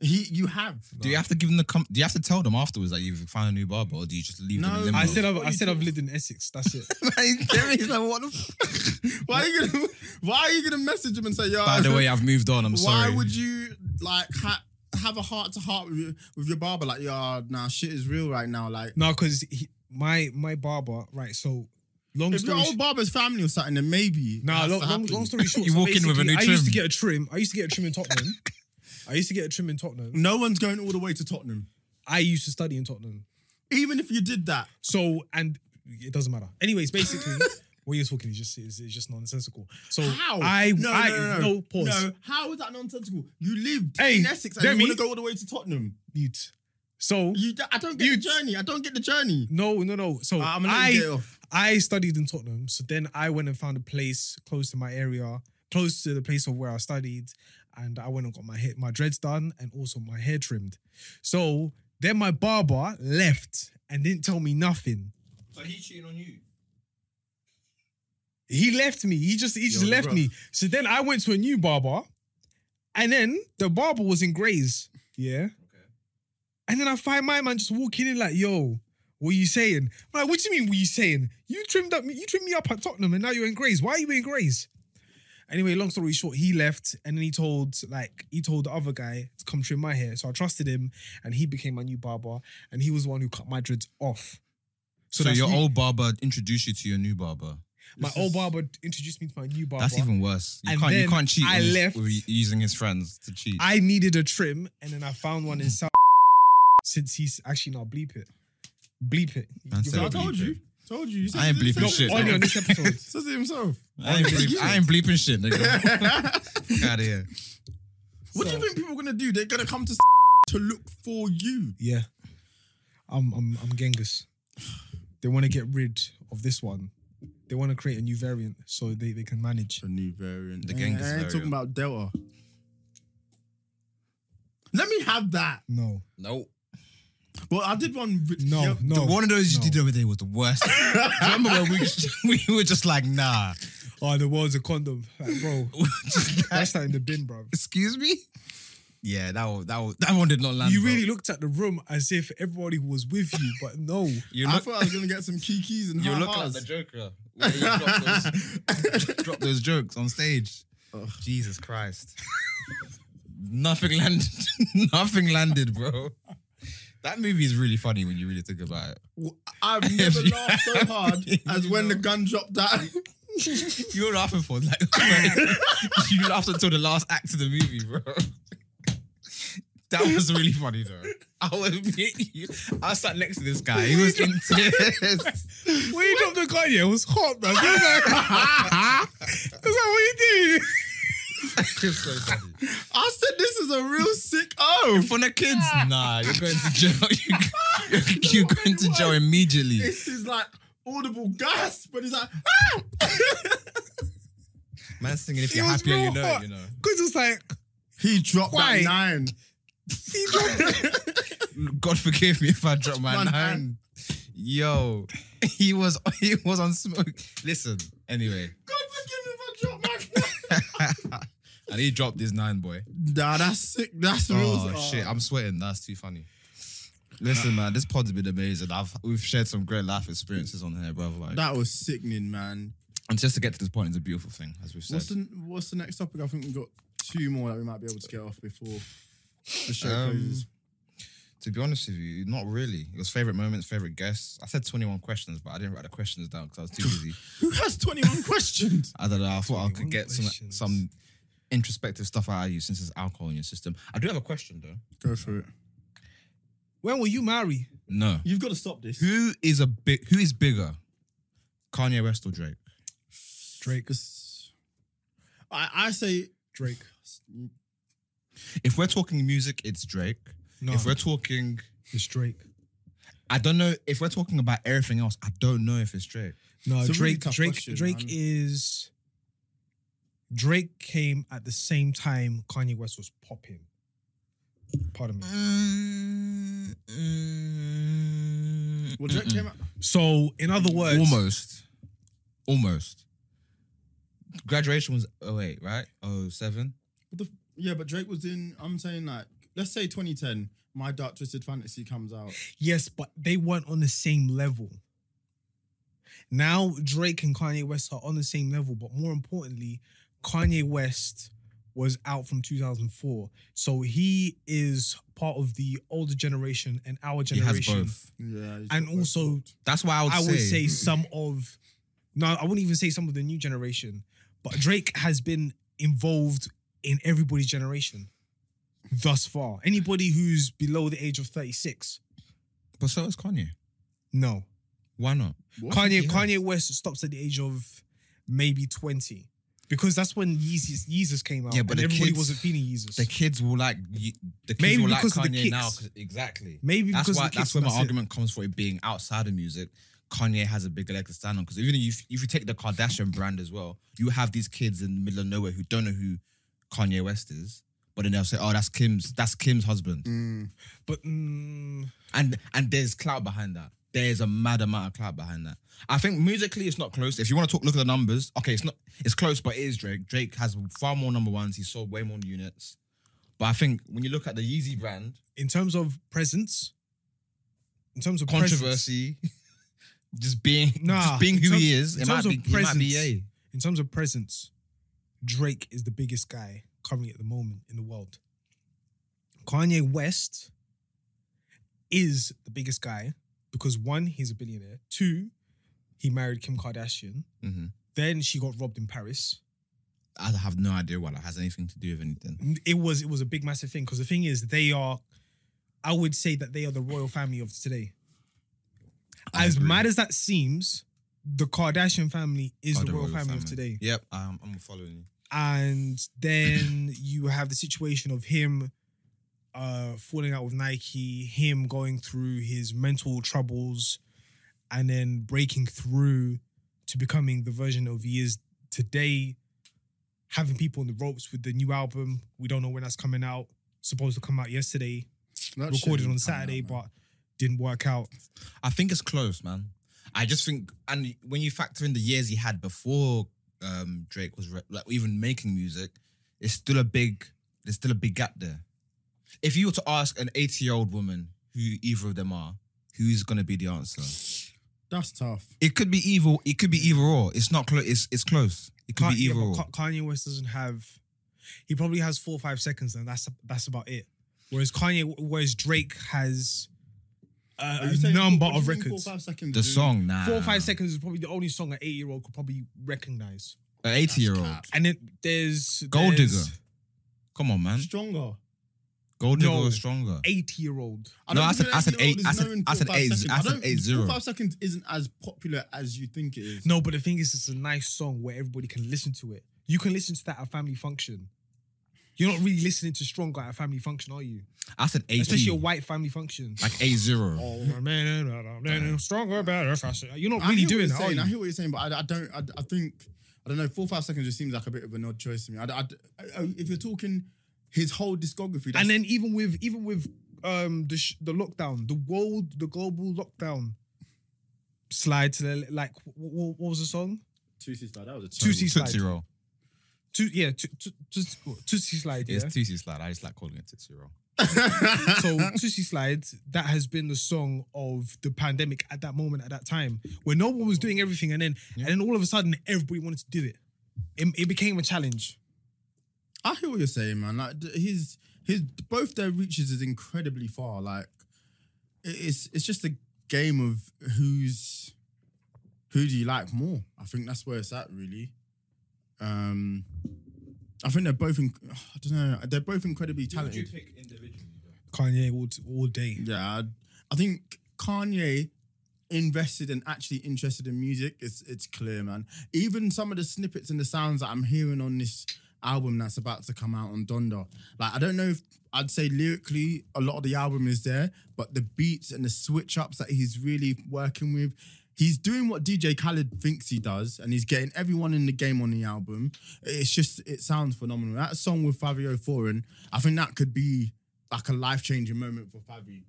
Speaker 2: He, you have.
Speaker 3: do you have to give them the? Com- do you have to tell them afterwards that you've found a new barber, or do you just leave them
Speaker 2: No,
Speaker 3: in limbo?
Speaker 4: I said I've,
Speaker 2: What
Speaker 4: I
Speaker 2: you
Speaker 4: said I've lived in Essex. That's it.
Speaker 3: Demi's like, what the?
Speaker 2: Why are you gonna? Why are you gonna message him and say, "Yo"?
Speaker 3: By the way, I've moved on. I'm
Speaker 2: why
Speaker 3: sorry.
Speaker 2: would you like ha- have a heart to heart with your, with your barber? Like, yo, nah, shit is real right now. Like,
Speaker 4: no, because my my barber. Right. So long
Speaker 2: if your
Speaker 4: story.
Speaker 2: old
Speaker 4: sh-
Speaker 2: barber's family or something, then maybe.
Speaker 4: Nah,
Speaker 2: it has
Speaker 4: long,
Speaker 2: to
Speaker 4: long,
Speaker 2: happen.
Speaker 4: long story short.
Speaker 3: You
Speaker 4: so
Speaker 3: walk in with a
Speaker 4: basically,
Speaker 3: new
Speaker 4: I used to
Speaker 3: trim.
Speaker 4: get a trim. I used to get a trim in Tottenham. I used to get a trim in Tottenham.
Speaker 2: No one's going all the way to Tottenham.
Speaker 4: I used to study in Tottenham.
Speaker 2: Even if you did that,
Speaker 4: So and it doesn't matter. Anyways, basically, what you're talking is just is, is just nonsensical. So
Speaker 2: how?
Speaker 4: I
Speaker 2: no,
Speaker 4: I,
Speaker 2: no, no, no.
Speaker 4: pause.
Speaker 2: No, how is that nonsensical? You lived
Speaker 4: Hey,
Speaker 2: in Essex and
Speaker 4: Demi.
Speaker 2: you want to go all the way to Tottenham.
Speaker 4: Mute. So
Speaker 2: You, I don't get the journey. I don't get the journey.
Speaker 4: no, no, no. So
Speaker 2: I'm gonna let you get
Speaker 4: I
Speaker 2: off.
Speaker 4: I studied in Tottenham. So then I went and found a place close to my area, close to the place of where I studied, and I went and got my hair, my dreads done and also my hair trimmed. So then my barber left and didn't tell me nothing.
Speaker 3: So he's cheating on you.
Speaker 4: He left me. He just he just
Speaker 2: Yo,
Speaker 4: left
Speaker 2: bruh.
Speaker 4: me. So then I went to a new barber, and then the barber was in Grays. Yeah. And then I find my man just walking in like, "Yo, what you saying?" I'm like, "What do you mean? What you saying? You trimmed up, you trimmed me up at Tottenham, and now you're in Grays. Why are you in Grays?" Anyway, long story short, he left, and then he told like he told the other guy to come trim my hair. So I trusted him, and he became my new barber, and he was the one who cut my dreads off.
Speaker 3: So,
Speaker 4: that's
Speaker 3: your
Speaker 4: new-
Speaker 3: old barber introduced you to your new barber.
Speaker 4: my old barber introduced me to my new barber.
Speaker 3: That's even worse. You
Speaker 4: And
Speaker 3: can't. You
Speaker 4: then
Speaker 3: can't cheat.
Speaker 4: I
Speaker 3: on his-
Speaker 4: left.
Speaker 3: with using his friends to cheat.
Speaker 4: I needed a trim, and then I found one in South. Since he's actually not bleep it, bleep it.
Speaker 3: Man
Speaker 4: You
Speaker 3: said
Speaker 4: can't-
Speaker 2: I told
Speaker 3: bleep
Speaker 2: you.
Speaker 3: it.
Speaker 2: Told you. you said-
Speaker 3: I ain't
Speaker 2: says
Speaker 3: bleeping
Speaker 2: it-
Speaker 3: shit.
Speaker 4: Only on this episode.
Speaker 2: Says it himself.
Speaker 3: I ain't, bleep, I ain't bleeping shit, nigga. Fuck out of here.
Speaker 2: What do you think people are gonna do? They're gonna come to to look for you.
Speaker 4: Yeah. I'm I'm I'm Genghis. They want to get rid of this one. They want to create a new variant so they, they can manage.
Speaker 2: A new variant.
Speaker 3: The Genghis
Speaker 2: I ain't
Speaker 3: variant.
Speaker 2: talking about Delta. Let me have that.
Speaker 4: No.
Speaker 3: Nope.
Speaker 2: Well, I did one. with-
Speaker 4: No,
Speaker 2: yeah,
Speaker 4: no.
Speaker 3: One of those
Speaker 4: no.
Speaker 3: you did over there was the worst. Do you remember when we we were just like, nah.
Speaker 4: Oh, the world's a condom. Like, bro, that's that in the bin, bro.
Speaker 3: Excuse me? Yeah, that one, that one, that one did not land.
Speaker 4: You
Speaker 3: bro.
Speaker 4: really looked at the room as if everybody was with you, but no.
Speaker 3: you
Speaker 2: I
Speaker 3: look,
Speaker 2: thought I was gonna get some kikis and
Speaker 3: you
Speaker 2: ha-has.
Speaker 3: look like the Joker. Where you drop those, drop those jokes on stage. Jesus Christ. nothing landed. nothing landed, bro. That movie is really funny when you really think about it.
Speaker 2: I've never
Speaker 3: you-
Speaker 2: laughed so hard as when the gun dropped out.
Speaker 3: You were laughing for like you laughed until the last act of the movie, bro. That was really funny though. I was you. I sat next to this guy. He was in tears.
Speaker 4: When you dropped the gun, yeah, it was hot, bro. It was like, it was like, what you doing?
Speaker 3: It's so funny.
Speaker 2: I said this is a real sick oh.
Speaker 3: For the kids, nah, you're going to jail. You, you're going to jail immediately.
Speaker 2: This is like audible gasp, but he's like, ah!
Speaker 3: Man, singing if
Speaker 4: It
Speaker 3: you're
Speaker 4: was
Speaker 3: happy and you
Speaker 4: real
Speaker 3: know,
Speaker 4: hot.
Speaker 3: it, you know.
Speaker 4: Because it's like,
Speaker 2: he dropped
Speaker 4: Why?
Speaker 2: that nine.
Speaker 4: he dropped
Speaker 3: God forgive me if I drop my
Speaker 2: One
Speaker 3: nine. Yo, he was he was on smoke. Listen, anyway,
Speaker 2: God forgive me if I dropped my nine.
Speaker 3: and he dropped his nine, boy.
Speaker 2: nah, that's sick. That's real. Ah,
Speaker 3: Oh shit, I'm sweating. That's too funny. Listen, man, this pod's been amazing. I've we've shared some great life experiences on here, bro. Like,
Speaker 2: That was sickening, man.
Speaker 3: and just to get to this point is a beautiful thing, as we've said.
Speaker 2: What's the What's the next topic? I think we've got two more that we might be able to get off before the show
Speaker 3: Um,
Speaker 2: closes.
Speaker 3: To be honest with you, not really. It was favorite moments, favorite guests. I said 21 questions, but I didn't write the questions down because I was too busy.
Speaker 2: Who has 21 questions?
Speaker 3: I don't know. I thought I could
Speaker 4: 21
Speaker 3: get some
Speaker 4: questions.
Speaker 3: some introspective stuff out of you since there's alcohol in your system. I do have a question though.
Speaker 2: Go for it.
Speaker 4: When will you marry?
Speaker 3: No.
Speaker 2: You've got to stop this.
Speaker 3: Who is a big who is bigger? Kanye West or Drake?
Speaker 4: Drake.
Speaker 2: I, I say
Speaker 4: Drake.
Speaker 3: If we're talking music, it's Drake.
Speaker 4: No.
Speaker 3: If we're talking
Speaker 4: It's Drake.
Speaker 3: I don't know if we're talking about everything else, I don't know if it's Drake.
Speaker 4: No,
Speaker 2: It's a really
Speaker 4: Drake.
Speaker 2: tough
Speaker 4: Drake.
Speaker 2: question,
Speaker 4: Drake
Speaker 2: man.
Speaker 4: is. Drake came at the same time Kanye West was popping. Pardon me. Uh,
Speaker 2: well, Drake came out.
Speaker 4: So, in other uh, words,
Speaker 3: Almost. Almost. Graduation was 08, right? 07?
Speaker 2: What the, f- yeah, but Drake was in. I'm saying like, let's say 2010. My Dark Twisted Fantasy comes out.
Speaker 4: yes, but they weren't on the same level. Now Drake and Kanye West are on the same level, but more importantly, Kanye West was out from 2004, so he is part of the older generation and our
Speaker 3: He has
Speaker 4: generation.
Speaker 3: both.
Speaker 2: Yeah, he's got
Speaker 4: And
Speaker 2: both
Speaker 4: also,
Speaker 2: dropped.
Speaker 3: That's why I would
Speaker 4: I
Speaker 3: say.
Speaker 4: would say some of no, I wouldn't even say some of the new generation, but Drake has been involved in everybody's generation thus far. Anybody who's below the age of 36,
Speaker 3: But so is Kanye.
Speaker 4: no.
Speaker 3: Why not?
Speaker 4: Kanye
Speaker 3: Yeah.
Speaker 4: Kanye West stops at the age of maybe 20. Because that's when Yeezus Yeezus came out.
Speaker 3: Yeah, but
Speaker 4: and
Speaker 3: the
Speaker 4: everybody
Speaker 3: kids-
Speaker 4: wasn't feeling Yeezus.
Speaker 3: The kids will like y- the kids
Speaker 4: Maybe
Speaker 3: will like
Speaker 4: because of the
Speaker 3: Kanye
Speaker 4: kicks.
Speaker 3: now. 'cause- Exactly.
Speaker 4: Maybe
Speaker 3: that's
Speaker 4: because of
Speaker 3: why
Speaker 4: the kicks,
Speaker 3: that's where my
Speaker 4: that's it.
Speaker 3: argument comes for it being outside of music. Kanye has a bigger leg to stand on because even if, if you take the Kardashian brand as well, you have these kids in the middle of nowhere who don't know who Kanye West is, but then they'll say, "Oh, that's Kim's. That's Kim's husband,"
Speaker 4: but mm,
Speaker 3: and and there's clout behind that. There's a mad amount of clout behind that. I think musically, it's not close. If you want to talk, look at the numbers. Okay, it's not. It's close, but it is Drake. Drake has far more number ones. He sold way more units. But I think when you look at the Yeezy brand,
Speaker 4: in terms of presence, in terms of presence-
Speaker 3: controversy, just being
Speaker 4: Nah,
Speaker 3: just being
Speaker 4: in
Speaker 3: who
Speaker 4: terms-
Speaker 3: he is.
Speaker 4: in
Speaker 3: It might,
Speaker 4: terms
Speaker 3: be,
Speaker 4: of
Speaker 3: it might be
Speaker 4: presence.
Speaker 3: yay.
Speaker 4: in terms of presence, Drake is the biggest guy currently at the moment in the world. Kanye West is the biggest guy because one, he's a billionaire. Two, he married Kim Kardashian.
Speaker 3: Mhm.
Speaker 4: Then she got robbed in Paris.
Speaker 3: I have no idea why that has anything to do with anything.
Speaker 4: It was it was a big massive thing because the thing is they are, I would say that they are the royal family of today. as mad as that seems, the Kardashian family is the, royal, family, of today.
Speaker 3: Yep, um, I'm following you.
Speaker 4: And then you have the situation of him uh falling out with Nike, him going through his mental troubles, and then breaking through to becoming the version of he is today, having people on the ropes with the new album. We don't know when that's coming out. Supposed to come out yesterday,
Speaker 2: That shit
Speaker 4: recorded
Speaker 2: didn't
Speaker 4: on
Speaker 2: come
Speaker 4: Saturday,
Speaker 2: out, man.
Speaker 4: but didn't work out.
Speaker 3: I think it's close, man. I just think, and when you factor in the years he had before um, Drake was re- like, even making music, it's still a big, there's still a big gap there. If you were to ask an 80 year old woman who either of them are, who's gonna be the answer?
Speaker 2: that's tough.
Speaker 3: It could be evil. It could be either or. It's not close. It's it's close. It could
Speaker 4: Kan-
Speaker 3: be
Speaker 4: yeah,
Speaker 3: either
Speaker 4: but
Speaker 3: or.
Speaker 4: Ka- Kanye West doesn't have. He probably has four or five seconds, and that's that's about it. Whereas Kanye, whereas Drake has
Speaker 2: Are
Speaker 4: a,
Speaker 2: you
Speaker 4: a
Speaker 2: saying-
Speaker 4: number
Speaker 2: what do
Speaker 4: of
Speaker 2: you mean
Speaker 4: records.
Speaker 2: Four,
Speaker 4: Four
Speaker 2: five seconds.
Speaker 3: the
Speaker 2: dude?
Speaker 3: song now.
Speaker 4: or five seconds is probably the only song an eight-year-old could probably recognize.
Speaker 3: An 80 year old.
Speaker 4: And then there's
Speaker 3: Gold
Speaker 4: there's
Speaker 3: Digger. Come on, man.
Speaker 2: Stronger.
Speaker 3: Gold digger
Speaker 4: No.
Speaker 3: was stronger.
Speaker 4: eighty-year-old.
Speaker 2: I
Speaker 3: No,
Speaker 2: don't
Speaker 3: I
Speaker 2: think
Speaker 3: said- I said
Speaker 2: 80-year-old is
Speaker 3: eight- I said-
Speaker 2: known
Speaker 3: I
Speaker 2: for
Speaker 3: said
Speaker 2: five
Speaker 3: eight-
Speaker 2: seconds.
Speaker 3: I said
Speaker 2: don't-
Speaker 3: eight zero.
Speaker 2: Four, five seconds isn't as popular as you think it is.
Speaker 4: No, but the thing is, it's a nice song where everybody can listen to it. You can listen to that at family function. You're not really listening to Stronger at a family function, are you?
Speaker 3: I said 80.
Speaker 4: Especially a white family function.
Speaker 3: like A zero.
Speaker 4: man, stronger, better, faster. You're not
Speaker 2: I
Speaker 4: really
Speaker 2: hear what
Speaker 4: doing
Speaker 2: you're
Speaker 4: that. Are
Speaker 2: saying. I
Speaker 4: you?
Speaker 2: hear what you're saying, but I, I don't. I, I think I don't know. Four five seconds just seems like a bit of an odd choice to me. I, I, I- if you're talking his whole discography, that's,
Speaker 4: And then even with even with um the sh- the lockdown, the world, the global lockdown, slide to the like wh- wh- what was the song?
Speaker 2: two C slide. That was a
Speaker 4: Two
Speaker 2: terrible-
Speaker 4: C slide.
Speaker 3: Tootsie Roll.
Speaker 4: Two yeah, two two- two- two C slide. Yeah.
Speaker 3: It's Tootsie Slide. I just like calling it Tootsie Roll.
Speaker 4: so Tootsie Slide, that has been the song of the pandemic at that moment, at that time, where no one was doing everything, and then and then all of a sudden everybody wanted to do it. It, it became a challenge.
Speaker 2: I hear what you're saying, man. Like th- his his both their reaches is incredibly far. Like it- it's it's just a game of who's who do you like more. I think that's where it's at, really. Um, I think they're both. In, I don't know. They're both incredibly talented.
Speaker 3: pick individually?
Speaker 4: Kanye all, all day.
Speaker 2: Yeah, I, I think Kanye invested and actually interested in music. It's it's clear, man. Even some of the snippets and the sounds that I'm hearing on this album that's about to come out on Donda. Like I don't know if I'd say lyrically a lot of the album is there, but the beats and the switch ups that he's really working with. He's doing what DJ Khaled thinks he does, and he's getting everyone in the game on the album. It's just, it sounds phenomenal. That song with Fabio Foreign, I think that could be like a life changing moment for Fabi.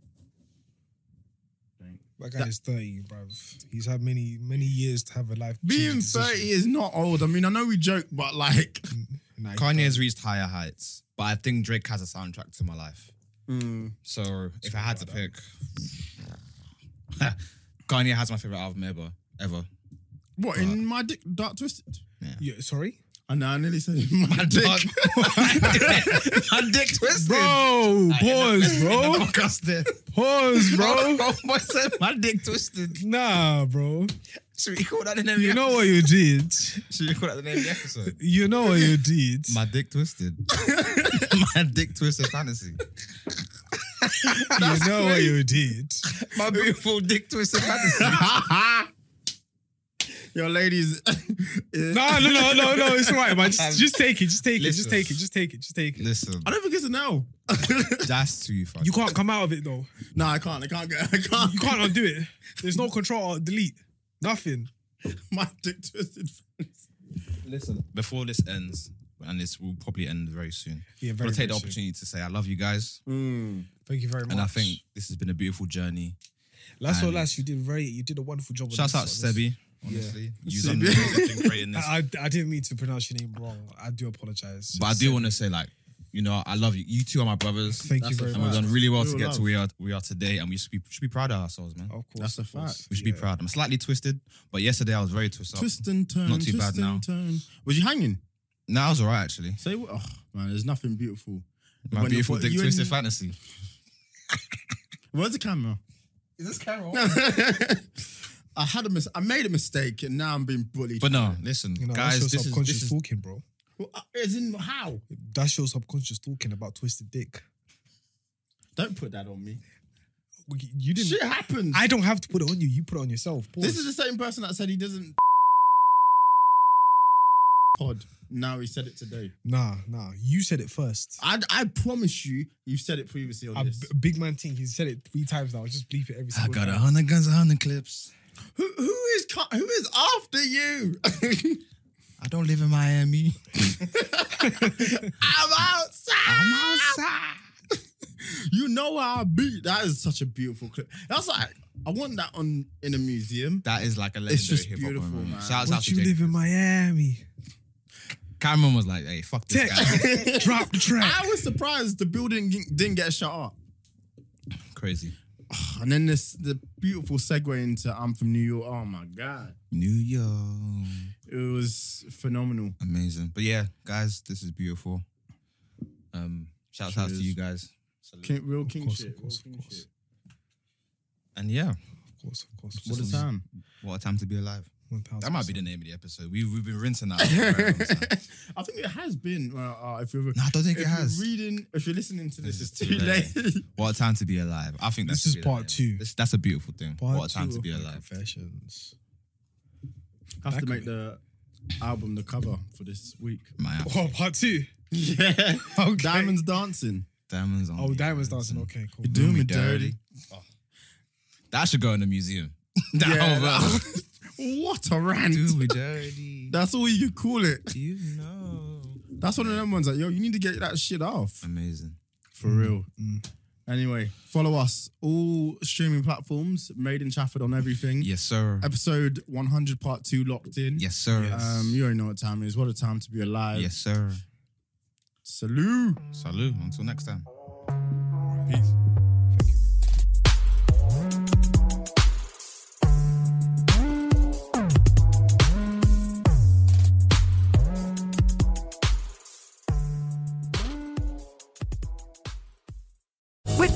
Speaker 4: That guy is 30, bruv. He's had many, many years to have a life.
Speaker 2: Being 30 is not old. I mean, I know we joke, but like,
Speaker 3: Kanye's reached higher heights, but I think Drake has a soundtrack to my life. So if I had to pick, Kanye has my favorite album ever. Ever.
Speaker 2: what, in my dick, Dark Twisted?
Speaker 4: Yeah, sorry?
Speaker 2: I know, I nearly said in my dick.
Speaker 3: Dark- My dick twisted.
Speaker 4: Bro, pause, Oh, bro.
Speaker 3: Disgusting.
Speaker 4: Pause, bro.
Speaker 3: Bro, boy said my dick twisted.
Speaker 4: Nah, bro.
Speaker 3: Should we call that the name? of
Speaker 4: You
Speaker 3: the
Speaker 4: know
Speaker 3: episode?
Speaker 4: what you did.
Speaker 3: Should we call that the name of the episode?
Speaker 4: You know what you did.
Speaker 3: My dick twisted. my dick twisted fantasy.
Speaker 4: You know what you did.
Speaker 3: My beautiful dick twisted fantasy.
Speaker 2: Your ladies. I
Speaker 4: No, no, no, no, no. It's all right, man. Just, just take it. Just take it. Just
Speaker 3: Listen.
Speaker 4: take it. Just take it. Just take it.
Speaker 3: Listen,
Speaker 2: don't think it's an L.
Speaker 3: that's too funny.
Speaker 4: You can't come out of it, though.
Speaker 2: no, I can't. I can't get I can't.
Speaker 4: You can't undo it. There's no control or delete. Nothing.
Speaker 2: My dick twisted.
Speaker 3: Listen, before this ends, and this will probably end very soon.
Speaker 4: Yeah,
Speaker 3: I
Speaker 4: very,
Speaker 3: want to take the
Speaker 4: very soon.
Speaker 3: opportunity to say I love you guys,
Speaker 4: Thank you very much.
Speaker 3: and I think this has been a beautiful journey.
Speaker 4: last or last, you did very, you did a wonderful job. on
Speaker 3: Shout
Speaker 4: this-
Speaker 3: out
Speaker 4: on this.
Speaker 3: Sebi, honestly, you've done
Speaker 2: Sebi.
Speaker 3: amazing great in this.
Speaker 4: I, I I didn't mean to pronounce your name wrong. I do apologize.
Speaker 3: But I do want to say, like, you know, I love you. You two are my brothers.
Speaker 4: Thank you very
Speaker 3: and we've
Speaker 4: much.
Speaker 3: done really well to
Speaker 2: Real
Speaker 3: get
Speaker 2: love.
Speaker 3: to where we are, we are today, and we should be, should be proud of ourselves, man.
Speaker 4: Of course,
Speaker 2: That's a
Speaker 4: of course.
Speaker 2: fact.
Speaker 3: We should be proud. I'm slightly twisted, but yesterday I was very twisted. up.
Speaker 2: Twist and turn.
Speaker 3: Not too
Speaker 2: twist
Speaker 3: bad
Speaker 2: and
Speaker 3: now.
Speaker 2: Turn. Was you hanging?
Speaker 3: Nah, I was alright actually.
Speaker 2: Say what? Oh, man, there's nothing beautiful.
Speaker 3: My
Speaker 2: When you're-
Speaker 3: beautiful dick
Speaker 2: you and-
Speaker 3: twisted fantasy.
Speaker 2: Where's the camera?
Speaker 3: Is this camera?
Speaker 2: I had a mis- I made a mistake and now I'm being bullied.
Speaker 3: But no, listen,
Speaker 4: You know,
Speaker 3: guys.
Speaker 4: that's
Speaker 3: This
Speaker 4: your
Speaker 3: is,
Speaker 4: subconscious
Speaker 3: this is
Speaker 4: talking, bro.
Speaker 2: Well, uh, as in how?
Speaker 4: That's your subconscious talking about twisted dick.
Speaker 2: Don't put that on me.
Speaker 4: You didn't.
Speaker 2: Shit happens.
Speaker 4: I don't have to put it on you. You put it on yourself. Pause.
Speaker 2: This is the same person that said he doesn't pod. Now he said it today.
Speaker 4: nah, nah. You said it first.
Speaker 2: I, I promise you, you've said it previously on
Speaker 4: A
Speaker 2: this.
Speaker 4: b- big man thing. He said it three times now. I just bleep it every
Speaker 3: Ah, I
Speaker 4: single
Speaker 3: got a
Speaker 4: time.
Speaker 3: hundred guns, a hundred clips.
Speaker 2: Who, who is co- who is after you?
Speaker 3: I don't live in Miami.
Speaker 2: I'm outside. I'm outside. you know how I beat. That is such a beautiful clip. That's like I want that on in a museum.
Speaker 3: That is like a legendary
Speaker 2: It's just
Speaker 3: hip hop
Speaker 2: beautiful,
Speaker 3: moment.
Speaker 2: man.
Speaker 3: Shouts out
Speaker 4: But
Speaker 3: to
Speaker 4: you
Speaker 3: Jake.
Speaker 4: live in Miami.
Speaker 3: Cameron was like, "Hey, fuck this guy."
Speaker 4: Tech, drop the track.
Speaker 2: I was surprised the building didn't get shut up.
Speaker 3: Crazy.
Speaker 2: And then this the beautiful segue into I'm from New York. Oh my god,
Speaker 3: New York,
Speaker 2: it was phenomenal.
Speaker 3: amazing. But yeah, guys, this is beautiful. Um, shouts out to
Speaker 2: Cheers.
Speaker 3: you guys.
Speaker 2: King, real king
Speaker 4: course,
Speaker 2: shit.
Speaker 4: of course,
Speaker 2: real
Speaker 4: of
Speaker 2: king
Speaker 4: course.
Speaker 2: shit.
Speaker 3: And yeah,
Speaker 4: Of course, of course.
Speaker 2: What a time.
Speaker 3: what a time to be alive.
Speaker 4: One thousand
Speaker 3: That might be
Speaker 4: percent.
Speaker 3: the name of the episode. We we've been rinsing that. for a very long time.
Speaker 2: I think it has been. Uh, uh, if you're,
Speaker 3: No, I don't think
Speaker 2: if
Speaker 3: it has.
Speaker 2: You're reading, if you're listening to this,
Speaker 3: This
Speaker 2: it's
Speaker 3: is
Speaker 2: too
Speaker 3: too
Speaker 2: late.
Speaker 3: What a time to be alive. I think that
Speaker 4: This
Speaker 3: should
Speaker 4: is
Speaker 3: be the
Speaker 4: part
Speaker 3: name.
Speaker 4: two.
Speaker 3: This, that's a beautiful thing.
Speaker 4: Part
Speaker 3: what a time
Speaker 4: two
Speaker 3: to be
Speaker 4: of my
Speaker 3: alive.
Speaker 4: Confessions.
Speaker 2: have to
Speaker 4: Back
Speaker 2: make
Speaker 4: of
Speaker 2: the album the cover for this week.
Speaker 3: My
Speaker 4: Oh, part two.
Speaker 2: Yeah,
Speaker 4: Okay.
Speaker 2: diamonds dancing.
Speaker 3: diamonds on.
Speaker 4: Oh,
Speaker 3: me.
Speaker 4: diamonds dancing. Okay, cool.
Speaker 2: do me dirty.
Speaker 3: That should go in the museum. That
Speaker 2: Yeah,
Speaker 3: whole-
Speaker 2: What a rant!
Speaker 3: Do me dirty.
Speaker 2: That's all you could call it.
Speaker 3: Do you know?
Speaker 2: That's one of them ones. Like, yo, you need to get that shit off
Speaker 3: Amazing.
Speaker 2: for
Speaker 3: Mm.
Speaker 2: real. Anyway, follow us all streaming platforms. Made in Chafford on everything.
Speaker 3: Yes, sir.
Speaker 2: Episode 100, part two, locked in.
Speaker 3: Yes, sir.
Speaker 2: Um, you already know what time it is. What a time to be alive.
Speaker 3: Yes, sir.
Speaker 2: Salute.
Speaker 3: Salute. Until next time.
Speaker 4: Peace.
Speaker 5: With